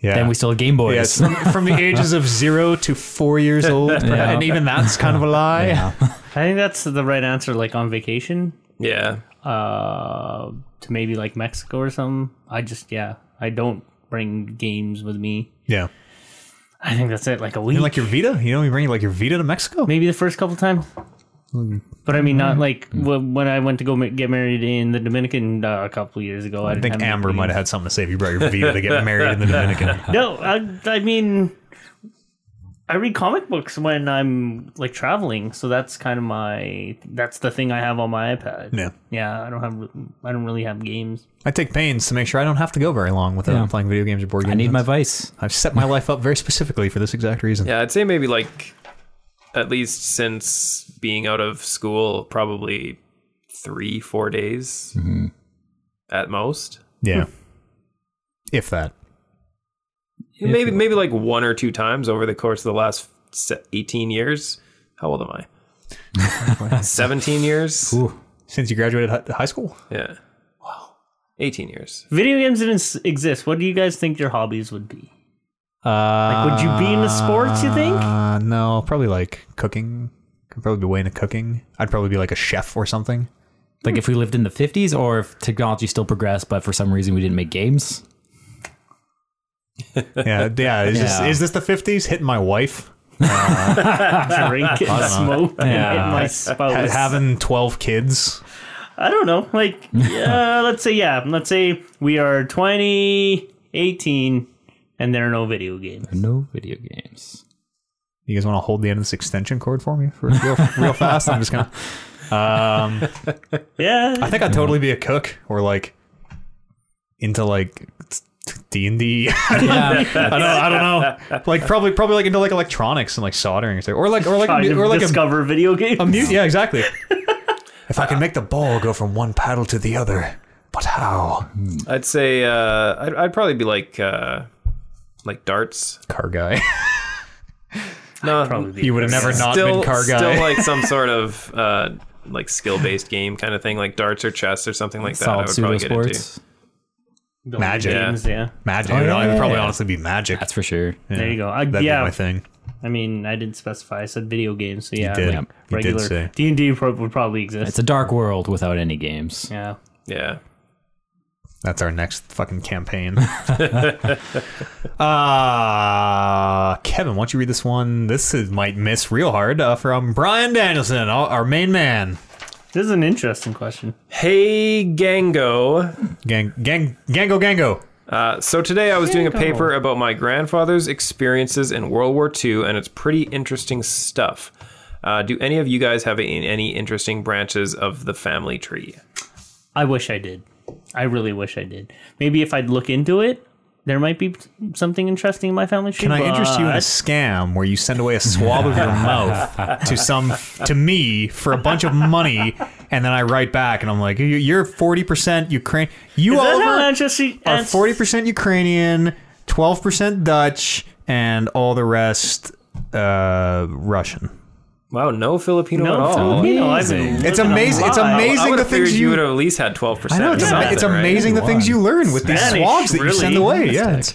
[SPEAKER 2] Yeah.
[SPEAKER 3] then we still had Game Boys.
[SPEAKER 2] Yes, from, from the ages of zero to four years old, and even that's kind of a lie.
[SPEAKER 1] I think that's the right answer. Like on vacation,
[SPEAKER 4] Yeah.
[SPEAKER 1] uh, to maybe like Mexico or something. I just yeah, I don't bring games with me.
[SPEAKER 2] Yeah,
[SPEAKER 1] I think that's it. Like a week,
[SPEAKER 2] and like your Vita, you know, you bring like your Vita to Mexico.
[SPEAKER 1] maybe the first couple times. But I mean,
[SPEAKER 2] Mm-hmm.
[SPEAKER 1] not like wh- when I went to go ma- get married in the Dominican uh, a couple years ago.
[SPEAKER 2] I
[SPEAKER 1] didn't
[SPEAKER 2] think
[SPEAKER 1] have any
[SPEAKER 2] Amber might
[SPEAKER 1] games.
[SPEAKER 2] have had something to say if you brought your Vita to get married in the Dominican.
[SPEAKER 1] No, I, I mean, I read comic books when I'm like traveling, so that's kind of my that's the thing I have on my iPad.
[SPEAKER 2] Yeah.
[SPEAKER 1] yeah, I don't have I don't really have games.
[SPEAKER 2] I take pains to make sure I don't have to go very long without
[SPEAKER 3] Yeah.
[SPEAKER 2] playing video games or board games.
[SPEAKER 3] I need my vice.
[SPEAKER 2] I've set my life up very specifically for this exact reason.
[SPEAKER 4] Yeah, I'd say maybe like at least since being out of school, probably three, four days at most.
[SPEAKER 2] Yeah. if that.
[SPEAKER 4] maybe maybe like one or two times over the course of the last se- 18 years. How old am I? 17 years?
[SPEAKER 2] Since you graduated hi- high school,
[SPEAKER 4] Yeah. Wow. 18 years.
[SPEAKER 1] Video games didn't s- exist. What do you guys think your hobbies would be?
[SPEAKER 2] uh,
[SPEAKER 1] would you be into sports, you think?
[SPEAKER 2] Uh, no, probably like cooking. Could probably be way into cooking. I'd probably be like a chef or something.
[SPEAKER 3] Like if we lived in the 50s or if technology still progressed, but for some reason we didn't make games.
[SPEAKER 2] Yeah, yeah. Is, This,
[SPEAKER 3] Yeah.
[SPEAKER 2] is this the fifties hitting my wife?
[SPEAKER 1] Drink and smoke and hit my spouse.
[SPEAKER 2] Ha- having twelve kids?
[SPEAKER 1] I don't know. Like, uh, let's say yeah, let's say we are 20, 18, and there are no video games.
[SPEAKER 3] No video games.
[SPEAKER 2] You guys want to hold the end of this extension cord for me for real, real fast? I'm just gonna.
[SPEAKER 1] Yeah,
[SPEAKER 2] I think I'd totally be a cook or like into like D and D. I don't know. I don't know. Like probably probably like into like electronics and like soldering or something. or like or like
[SPEAKER 1] trying to
[SPEAKER 2] or like a
[SPEAKER 1] discover video games.
[SPEAKER 2] A mute? Yeah, exactly. if I can make the ball go from one paddle to the other, but how?
[SPEAKER 4] I'd say uh, I'd, I'd probably be like uh, like darts.
[SPEAKER 2] Car guy.
[SPEAKER 4] No,
[SPEAKER 1] Probably be-
[SPEAKER 2] you would have never not
[SPEAKER 4] still,
[SPEAKER 2] been car guy.
[SPEAKER 4] still like some sort of uh, like skill based game kind of thing, like darts or chess or something like that. I
[SPEAKER 3] Solid
[SPEAKER 4] would probably
[SPEAKER 3] pseudo
[SPEAKER 4] get into.
[SPEAKER 3] sports.
[SPEAKER 1] Building
[SPEAKER 2] Magic.
[SPEAKER 1] games, yeah.
[SPEAKER 2] magic.
[SPEAKER 3] Oh,
[SPEAKER 2] It would
[SPEAKER 3] yeah.
[SPEAKER 2] probably honestly be magic.
[SPEAKER 3] That's for sure.
[SPEAKER 1] There you go. I,
[SPEAKER 2] That'd
[SPEAKER 1] yeah,
[SPEAKER 2] be my thing.
[SPEAKER 1] I mean, I didn't specify. I said video games, so yeah,
[SPEAKER 2] did.
[SPEAKER 1] like
[SPEAKER 2] You did
[SPEAKER 1] regular
[SPEAKER 2] say.
[SPEAKER 1] D and D would probably exist.
[SPEAKER 3] It's a dark world without any games.
[SPEAKER 1] yeah,
[SPEAKER 4] Yeah.
[SPEAKER 2] That's our next fucking campaign. uh, Kevin, why don't you read this one? This is, might miss real hard uh, from Brian Danielson, our our main man.
[SPEAKER 1] This is an interesting question.
[SPEAKER 4] Hey, Gango.
[SPEAKER 2] Gang, gang, gango, gango.
[SPEAKER 4] Uh, so today I was doing a
[SPEAKER 1] Gango.
[SPEAKER 4] paper about my grandfather's experiences in World War II, and it's pretty interesting stuff. Uh, do any of you guys have any, any interesting branches of the family tree?
[SPEAKER 1] I wish I did. I really wish I did. Maybe if I'd look into it, there might be something interesting in my family tree.
[SPEAKER 2] Can I interest you in a
[SPEAKER 1] but-
[SPEAKER 2] scam where you send away a swab of your mouth to some to me for a bunch of money, and then I write back and I'm like, "You- "You're forty percent Ukraine. You
[SPEAKER 1] uh, Is that
[SPEAKER 2] Oliver
[SPEAKER 1] how interesting?
[SPEAKER 2] are
[SPEAKER 1] that's-
[SPEAKER 2] forty percent Ukrainian, twelve percent Dutch, and all the rest uh, Russian."
[SPEAKER 4] Wow, no Filipino at
[SPEAKER 1] No,
[SPEAKER 4] all.
[SPEAKER 1] Filipino. I've
[SPEAKER 3] Amazing.
[SPEAKER 1] been
[SPEAKER 2] It's
[SPEAKER 1] living
[SPEAKER 2] amazing- it's
[SPEAKER 1] abroad.
[SPEAKER 2] amazing.
[SPEAKER 4] I would
[SPEAKER 2] the
[SPEAKER 4] have figured
[SPEAKER 2] things
[SPEAKER 4] you
[SPEAKER 2] you-
[SPEAKER 4] would have at least had twelve
[SPEAKER 2] I
[SPEAKER 4] percent.
[SPEAKER 2] know it's, ama-
[SPEAKER 1] something,
[SPEAKER 2] it's
[SPEAKER 4] right?
[SPEAKER 2] amazing the things you learn with these
[SPEAKER 1] Spanish,
[SPEAKER 2] swabs that you send
[SPEAKER 1] really.
[SPEAKER 2] away. Yeah. It's,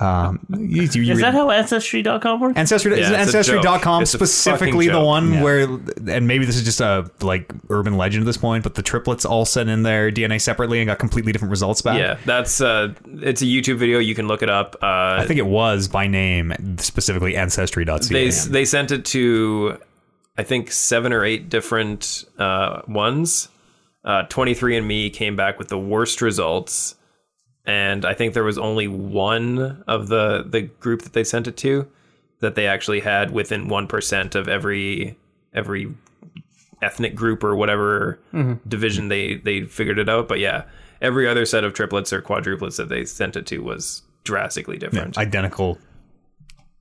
[SPEAKER 2] um, you, you
[SPEAKER 1] Is
[SPEAKER 2] read-
[SPEAKER 1] that how Ancestry.com works?
[SPEAKER 2] Ancestry,
[SPEAKER 4] Yeah,
[SPEAKER 2] isn't
[SPEAKER 4] it's a
[SPEAKER 2] ancestry.com
[SPEAKER 4] joke. It's a fucking
[SPEAKER 2] specifically the
[SPEAKER 4] joke.
[SPEAKER 2] one where, and maybe this is just a like urban legend at this point, but the triplets all sent in their DNA separately and got completely different results back.
[SPEAKER 4] Yeah, that's uh, it's a YouTube video. You can look it up. Uh,
[SPEAKER 2] I think it was by name specifically ancestry.ca.
[SPEAKER 4] they they sent it to I think seven or eight different uh, ones. Uh, 23andMe came back with the worst results, and I think there was only one of the the group that they sent it to that they actually had within one percent of every every ethnic group or whatever division they they figured it out. But yeah, every other set of triplets or quadruplets that they sent it to was drastically different.
[SPEAKER 2] identical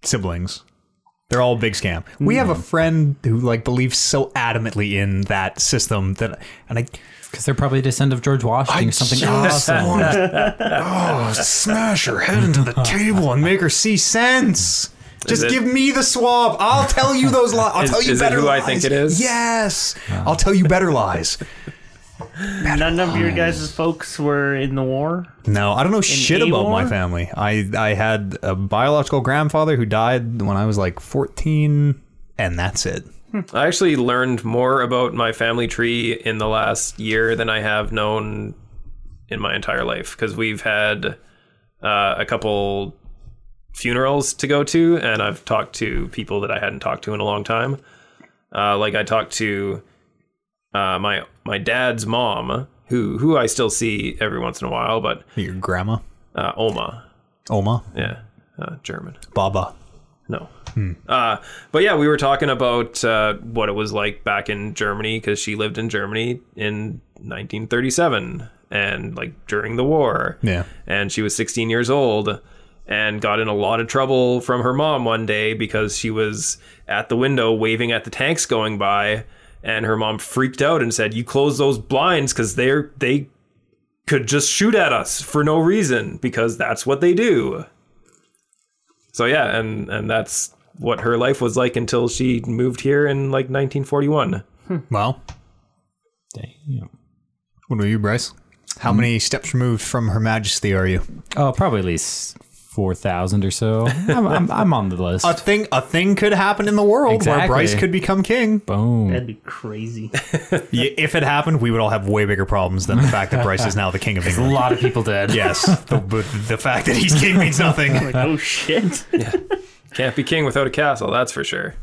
[SPEAKER 2] siblings. They're all a big scam. We have a
[SPEAKER 4] Hmm.
[SPEAKER 2] friend who like believes so adamantly in that system that, and I
[SPEAKER 3] Because they're probably a descendant of George Washington or something awesome.
[SPEAKER 2] oh, smash her head into the table and make her see sense. Just
[SPEAKER 4] it-
[SPEAKER 2] give me the swab. I'll tell you those lies. I'll
[SPEAKER 4] Is-
[SPEAKER 2] tell you
[SPEAKER 4] is it
[SPEAKER 2] better
[SPEAKER 4] who I
[SPEAKER 2] lies.
[SPEAKER 4] think it is?
[SPEAKER 2] Yes. I'll tell you better lies.
[SPEAKER 1] None of your guys' folks were in the war.
[SPEAKER 2] No, I don't know shit
[SPEAKER 1] a
[SPEAKER 2] about my
[SPEAKER 1] war?
[SPEAKER 2] family. I I had a biological grandfather who died when I was like 14 and that's it.
[SPEAKER 4] I actually learned more about my family tree in the last year than I have known in my entire life because we've had uh, a couple funerals to go to, and I've talked to people that I hadn't talked to in a long time. Uh, like I talked to uh, my my dad's mom, who who I still see every once in a while, but
[SPEAKER 2] Your grandma,
[SPEAKER 4] uh, Oma,
[SPEAKER 2] Oma,
[SPEAKER 4] yeah, uh, German.
[SPEAKER 2] Baba.
[SPEAKER 4] No. Uh, but yeah, we were talking about uh, what it was like back in Germany because she lived in Germany in 1937 and like during the war.
[SPEAKER 2] Yeah.
[SPEAKER 4] And she was 16 years old and got in a lot of trouble from her mom one day because she was at the window waving at the tanks going by. And her mom freaked out and said, "You close those blinds because they're they could just shoot at us for no reason because that's what they do." So yeah, and and that's what her life was like until she moved here in like 1941.
[SPEAKER 2] Well,
[SPEAKER 3] Damn.
[SPEAKER 2] what about you, Bryce? How many steps removed from Her Majesty are you?
[SPEAKER 3] Oh, probably at least 4,000 or so. I'm, I'm, I'm on the list.
[SPEAKER 2] a thing a thing could happen in the world where
[SPEAKER 3] Exactly.
[SPEAKER 2] Bryce could become king.
[SPEAKER 3] Boom.
[SPEAKER 1] That'd be crazy.
[SPEAKER 2] Y- if it happened, we would all have way bigger problems than the fact that Bryce is now the king of
[SPEAKER 3] A
[SPEAKER 2] England.
[SPEAKER 3] lot of people dead.
[SPEAKER 2] Yes, the, but the fact that he's king means nothing.
[SPEAKER 1] like, oh shit.
[SPEAKER 4] Can't be king without a castle, that's for sure.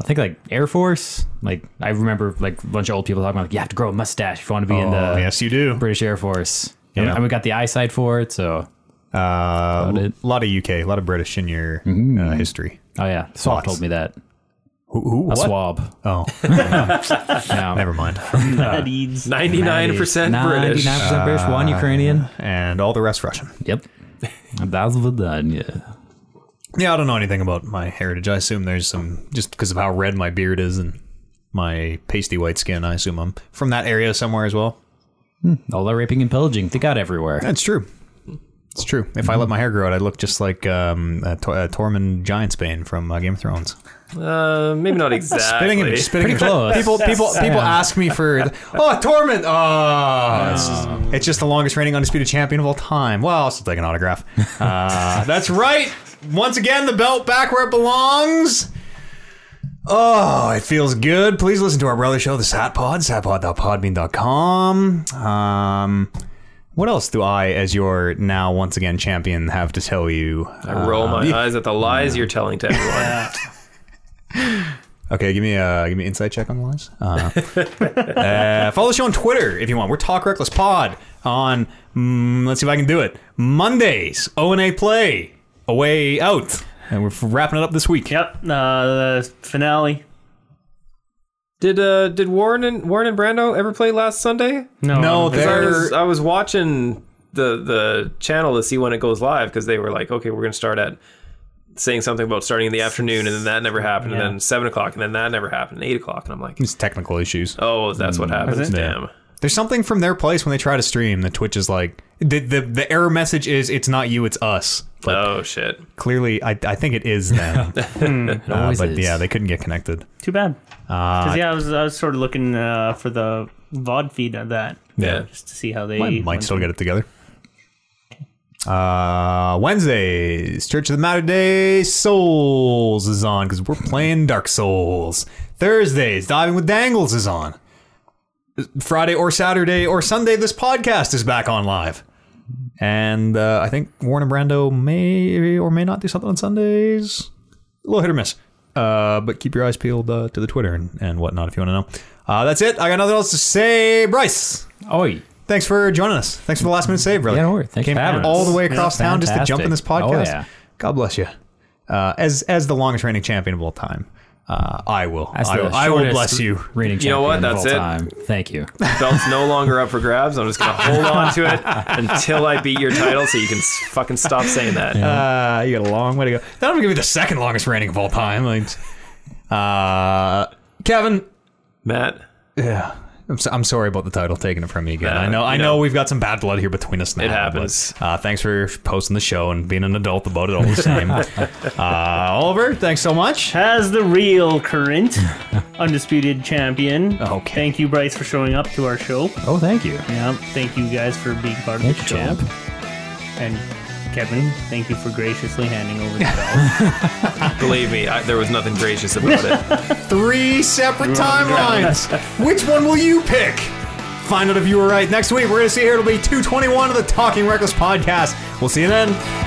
[SPEAKER 3] I think like Air Force. Like I remember like a bunch of old people talking about like you have to grow a mustache if you want to be in
[SPEAKER 2] Oh,
[SPEAKER 3] the
[SPEAKER 2] yes, you do.
[SPEAKER 3] British Air Force. And-
[SPEAKER 2] Yeah.
[SPEAKER 3] And we got the eyesight for it, so
[SPEAKER 2] Uh,
[SPEAKER 3] Got
[SPEAKER 2] a
[SPEAKER 3] it.
[SPEAKER 2] lot of UK, a lot of British in your uh, history.
[SPEAKER 3] oh yeah. Swab
[SPEAKER 2] Lots.
[SPEAKER 3] told me that.
[SPEAKER 2] Who, who,
[SPEAKER 3] A
[SPEAKER 2] what?
[SPEAKER 3] swab.
[SPEAKER 2] Oh,
[SPEAKER 3] Yeah.
[SPEAKER 2] never mind.
[SPEAKER 1] That eats.
[SPEAKER 4] 99% British.
[SPEAKER 3] 99% British, one Ukrainian.
[SPEAKER 2] and all the rest Russian.
[SPEAKER 3] Yep. That's what done, yeah.
[SPEAKER 2] Yeah, I don't know anything about my heritage. I assume there's some just because of how red my beard is and my pasty white skin. I assume I'm from that area somewhere as well.
[SPEAKER 3] All that raping and pillaging, they got everywhere.
[SPEAKER 2] That's true. It's true. If I let my hair grow out, I'd look just like um, uh, Tor- uh, Tormund Giantsbane from uh, Game of Thrones.
[SPEAKER 4] Uh, maybe not exactly.
[SPEAKER 2] Spitting him, spitting him.
[SPEAKER 3] Pretty close.
[SPEAKER 2] People, people, people ask me for, oh, Tormund. Oh, it's, just, it's just the longest reigning undisputed champion of all time. Well, I'll still take an autograph. Uh, that's right. Once again, the belt back where it belongs. Oh, it feels good. Please listen to our brother show, the Sat Pod, satpod.podbean.com. Um, What else do I, as your now once again champion, have to tell you?
[SPEAKER 4] I roll my eyes at the lies you're telling to everyone.
[SPEAKER 2] Okay, give me a give me an insight check on the lines. Uh, uh, follow the show on Twitter if you want. We're Talk Reckless Pod on. mm, let's see if I can do it. Mondays, O and A play away out, and we're wrapping it up this week.
[SPEAKER 1] Yep. Uh, the finale.
[SPEAKER 4] did uh did Warren and Warren and Brando ever play last Sunday?
[SPEAKER 1] No.
[SPEAKER 2] No,
[SPEAKER 1] I don't think-
[SPEAKER 4] I
[SPEAKER 2] They're-
[SPEAKER 4] was, I was watching the the channel to see when it goes live because they were like, okay, we're gonna start at saying something about starting in the afternoon, and then that never happened,
[SPEAKER 1] Yeah.
[SPEAKER 4] and then seven o'clock, and then that never happened, and eight o'clock, and I'm like,
[SPEAKER 2] It's technical issues.
[SPEAKER 4] oh, that's what happens.
[SPEAKER 1] it?
[SPEAKER 4] Damn.
[SPEAKER 2] There's something from their place when they try to stream that Twitch is like the the, the error message is it's not you, it's us. But
[SPEAKER 4] Oh shit.
[SPEAKER 2] clearly, I, I think it is them. Uh,
[SPEAKER 3] always
[SPEAKER 2] but
[SPEAKER 3] is.
[SPEAKER 2] yeah, they couldn't get connected.
[SPEAKER 1] Too bad. Because yeah, I was, I was sort of looking uh, for the VOD feed of that.
[SPEAKER 4] Yeah.
[SPEAKER 1] Just to see how they.
[SPEAKER 2] I might still get it together. Uh, Wednesdays, Church of the Matter Day Souls is on because we're playing Dark Souls. Thursdays, Diving with Dangles is on. Friday or Saturday or Sunday, this podcast is back on live. And uh, I think Warren and Brando may or may not do something on Sundays. A little hit or miss. Uh, but keep your eyes peeled uh, to the Twitter and, and whatnot if you want to know. Uh, that's it. I got nothing else to say. Bryce.
[SPEAKER 3] Oi.
[SPEAKER 2] Thanks for joining us. Thanks for the last minute save, brother.
[SPEAKER 3] Yeah, no worries. Thanks
[SPEAKER 2] Came
[SPEAKER 3] for having
[SPEAKER 2] all
[SPEAKER 3] us.
[SPEAKER 2] the way across
[SPEAKER 3] Yeah,
[SPEAKER 2] town just to jump in this
[SPEAKER 3] fantastic.
[SPEAKER 2] podcast.
[SPEAKER 3] Oh, yeah.
[SPEAKER 2] God bless you. Uh, as as the longest reigning champion of all time, uh, I will.
[SPEAKER 3] That's
[SPEAKER 2] I,
[SPEAKER 3] the
[SPEAKER 2] will I will
[SPEAKER 3] shortest
[SPEAKER 2] bless you.
[SPEAKER 3] Reigning
[SPEAKER 4] You know what?
[SPEAKER 3] champion of
[SPEAKER 4] That's
[SPEAKER 3] all
[SPEAKER 4] it.
[SPEAKER 3] Time. Thank you.
[SPEAKER 4] Belt's no longer up for grabs. I'm just gonna hold on to it until I beat your title, so you can s- fucking stop saying that.
[SPEAKER 2] Uh, you got a long way to go. That'll give you the second longest reigning of all time. Like, uh, Kevin.
[SPEAKER 4] Matt,
[SPEAKER 2] Yeah. I'm, so, I'm sorry about the title taking it from me again.
[SPEAKER 4] Nah,
[SPEAKER 3] Uh,
[SPEAKER 2] I know. I
[SPEAKER 4] you
[SPEAKER 2] know
[SPEAKER 4] know.
[SPEAKER 2] we've got some bad blood here between us now.
[SPEAKER 4] It happens.
[SPEAKER 2] but, uh, thanks for posting the show and being an adult about it all the same. uh, Oliver, thanks so much.
[SPEAKER 1] As the real current undisputed champion.
[SPEAKER 2] Okay.
[SPEAKER 1] Thank you, Bryce, for showing up to our show.
[SPEAKER 3] Oh, thank you.
[SPEAKER 1] Yeah. Thank you guys for being part
[SPEAKER 3] Thank
[SPEAKER 1] of
[SPEAKER 3] you,
[SPEAKER 1] the show.
[SPEAKER 3] champ.
[SPEAKER 1] And Kevin, thank you for graciously handing over the belt.
[SPEAKER 4] believe me, I, there was nothing gracious about it.
[SPEAKER 2] three separate timelines. Which one will you pick? Find out if you were right. Next week, we're going to see here. It'll be 221 of the Talking Reckless podcast. We'll see you then.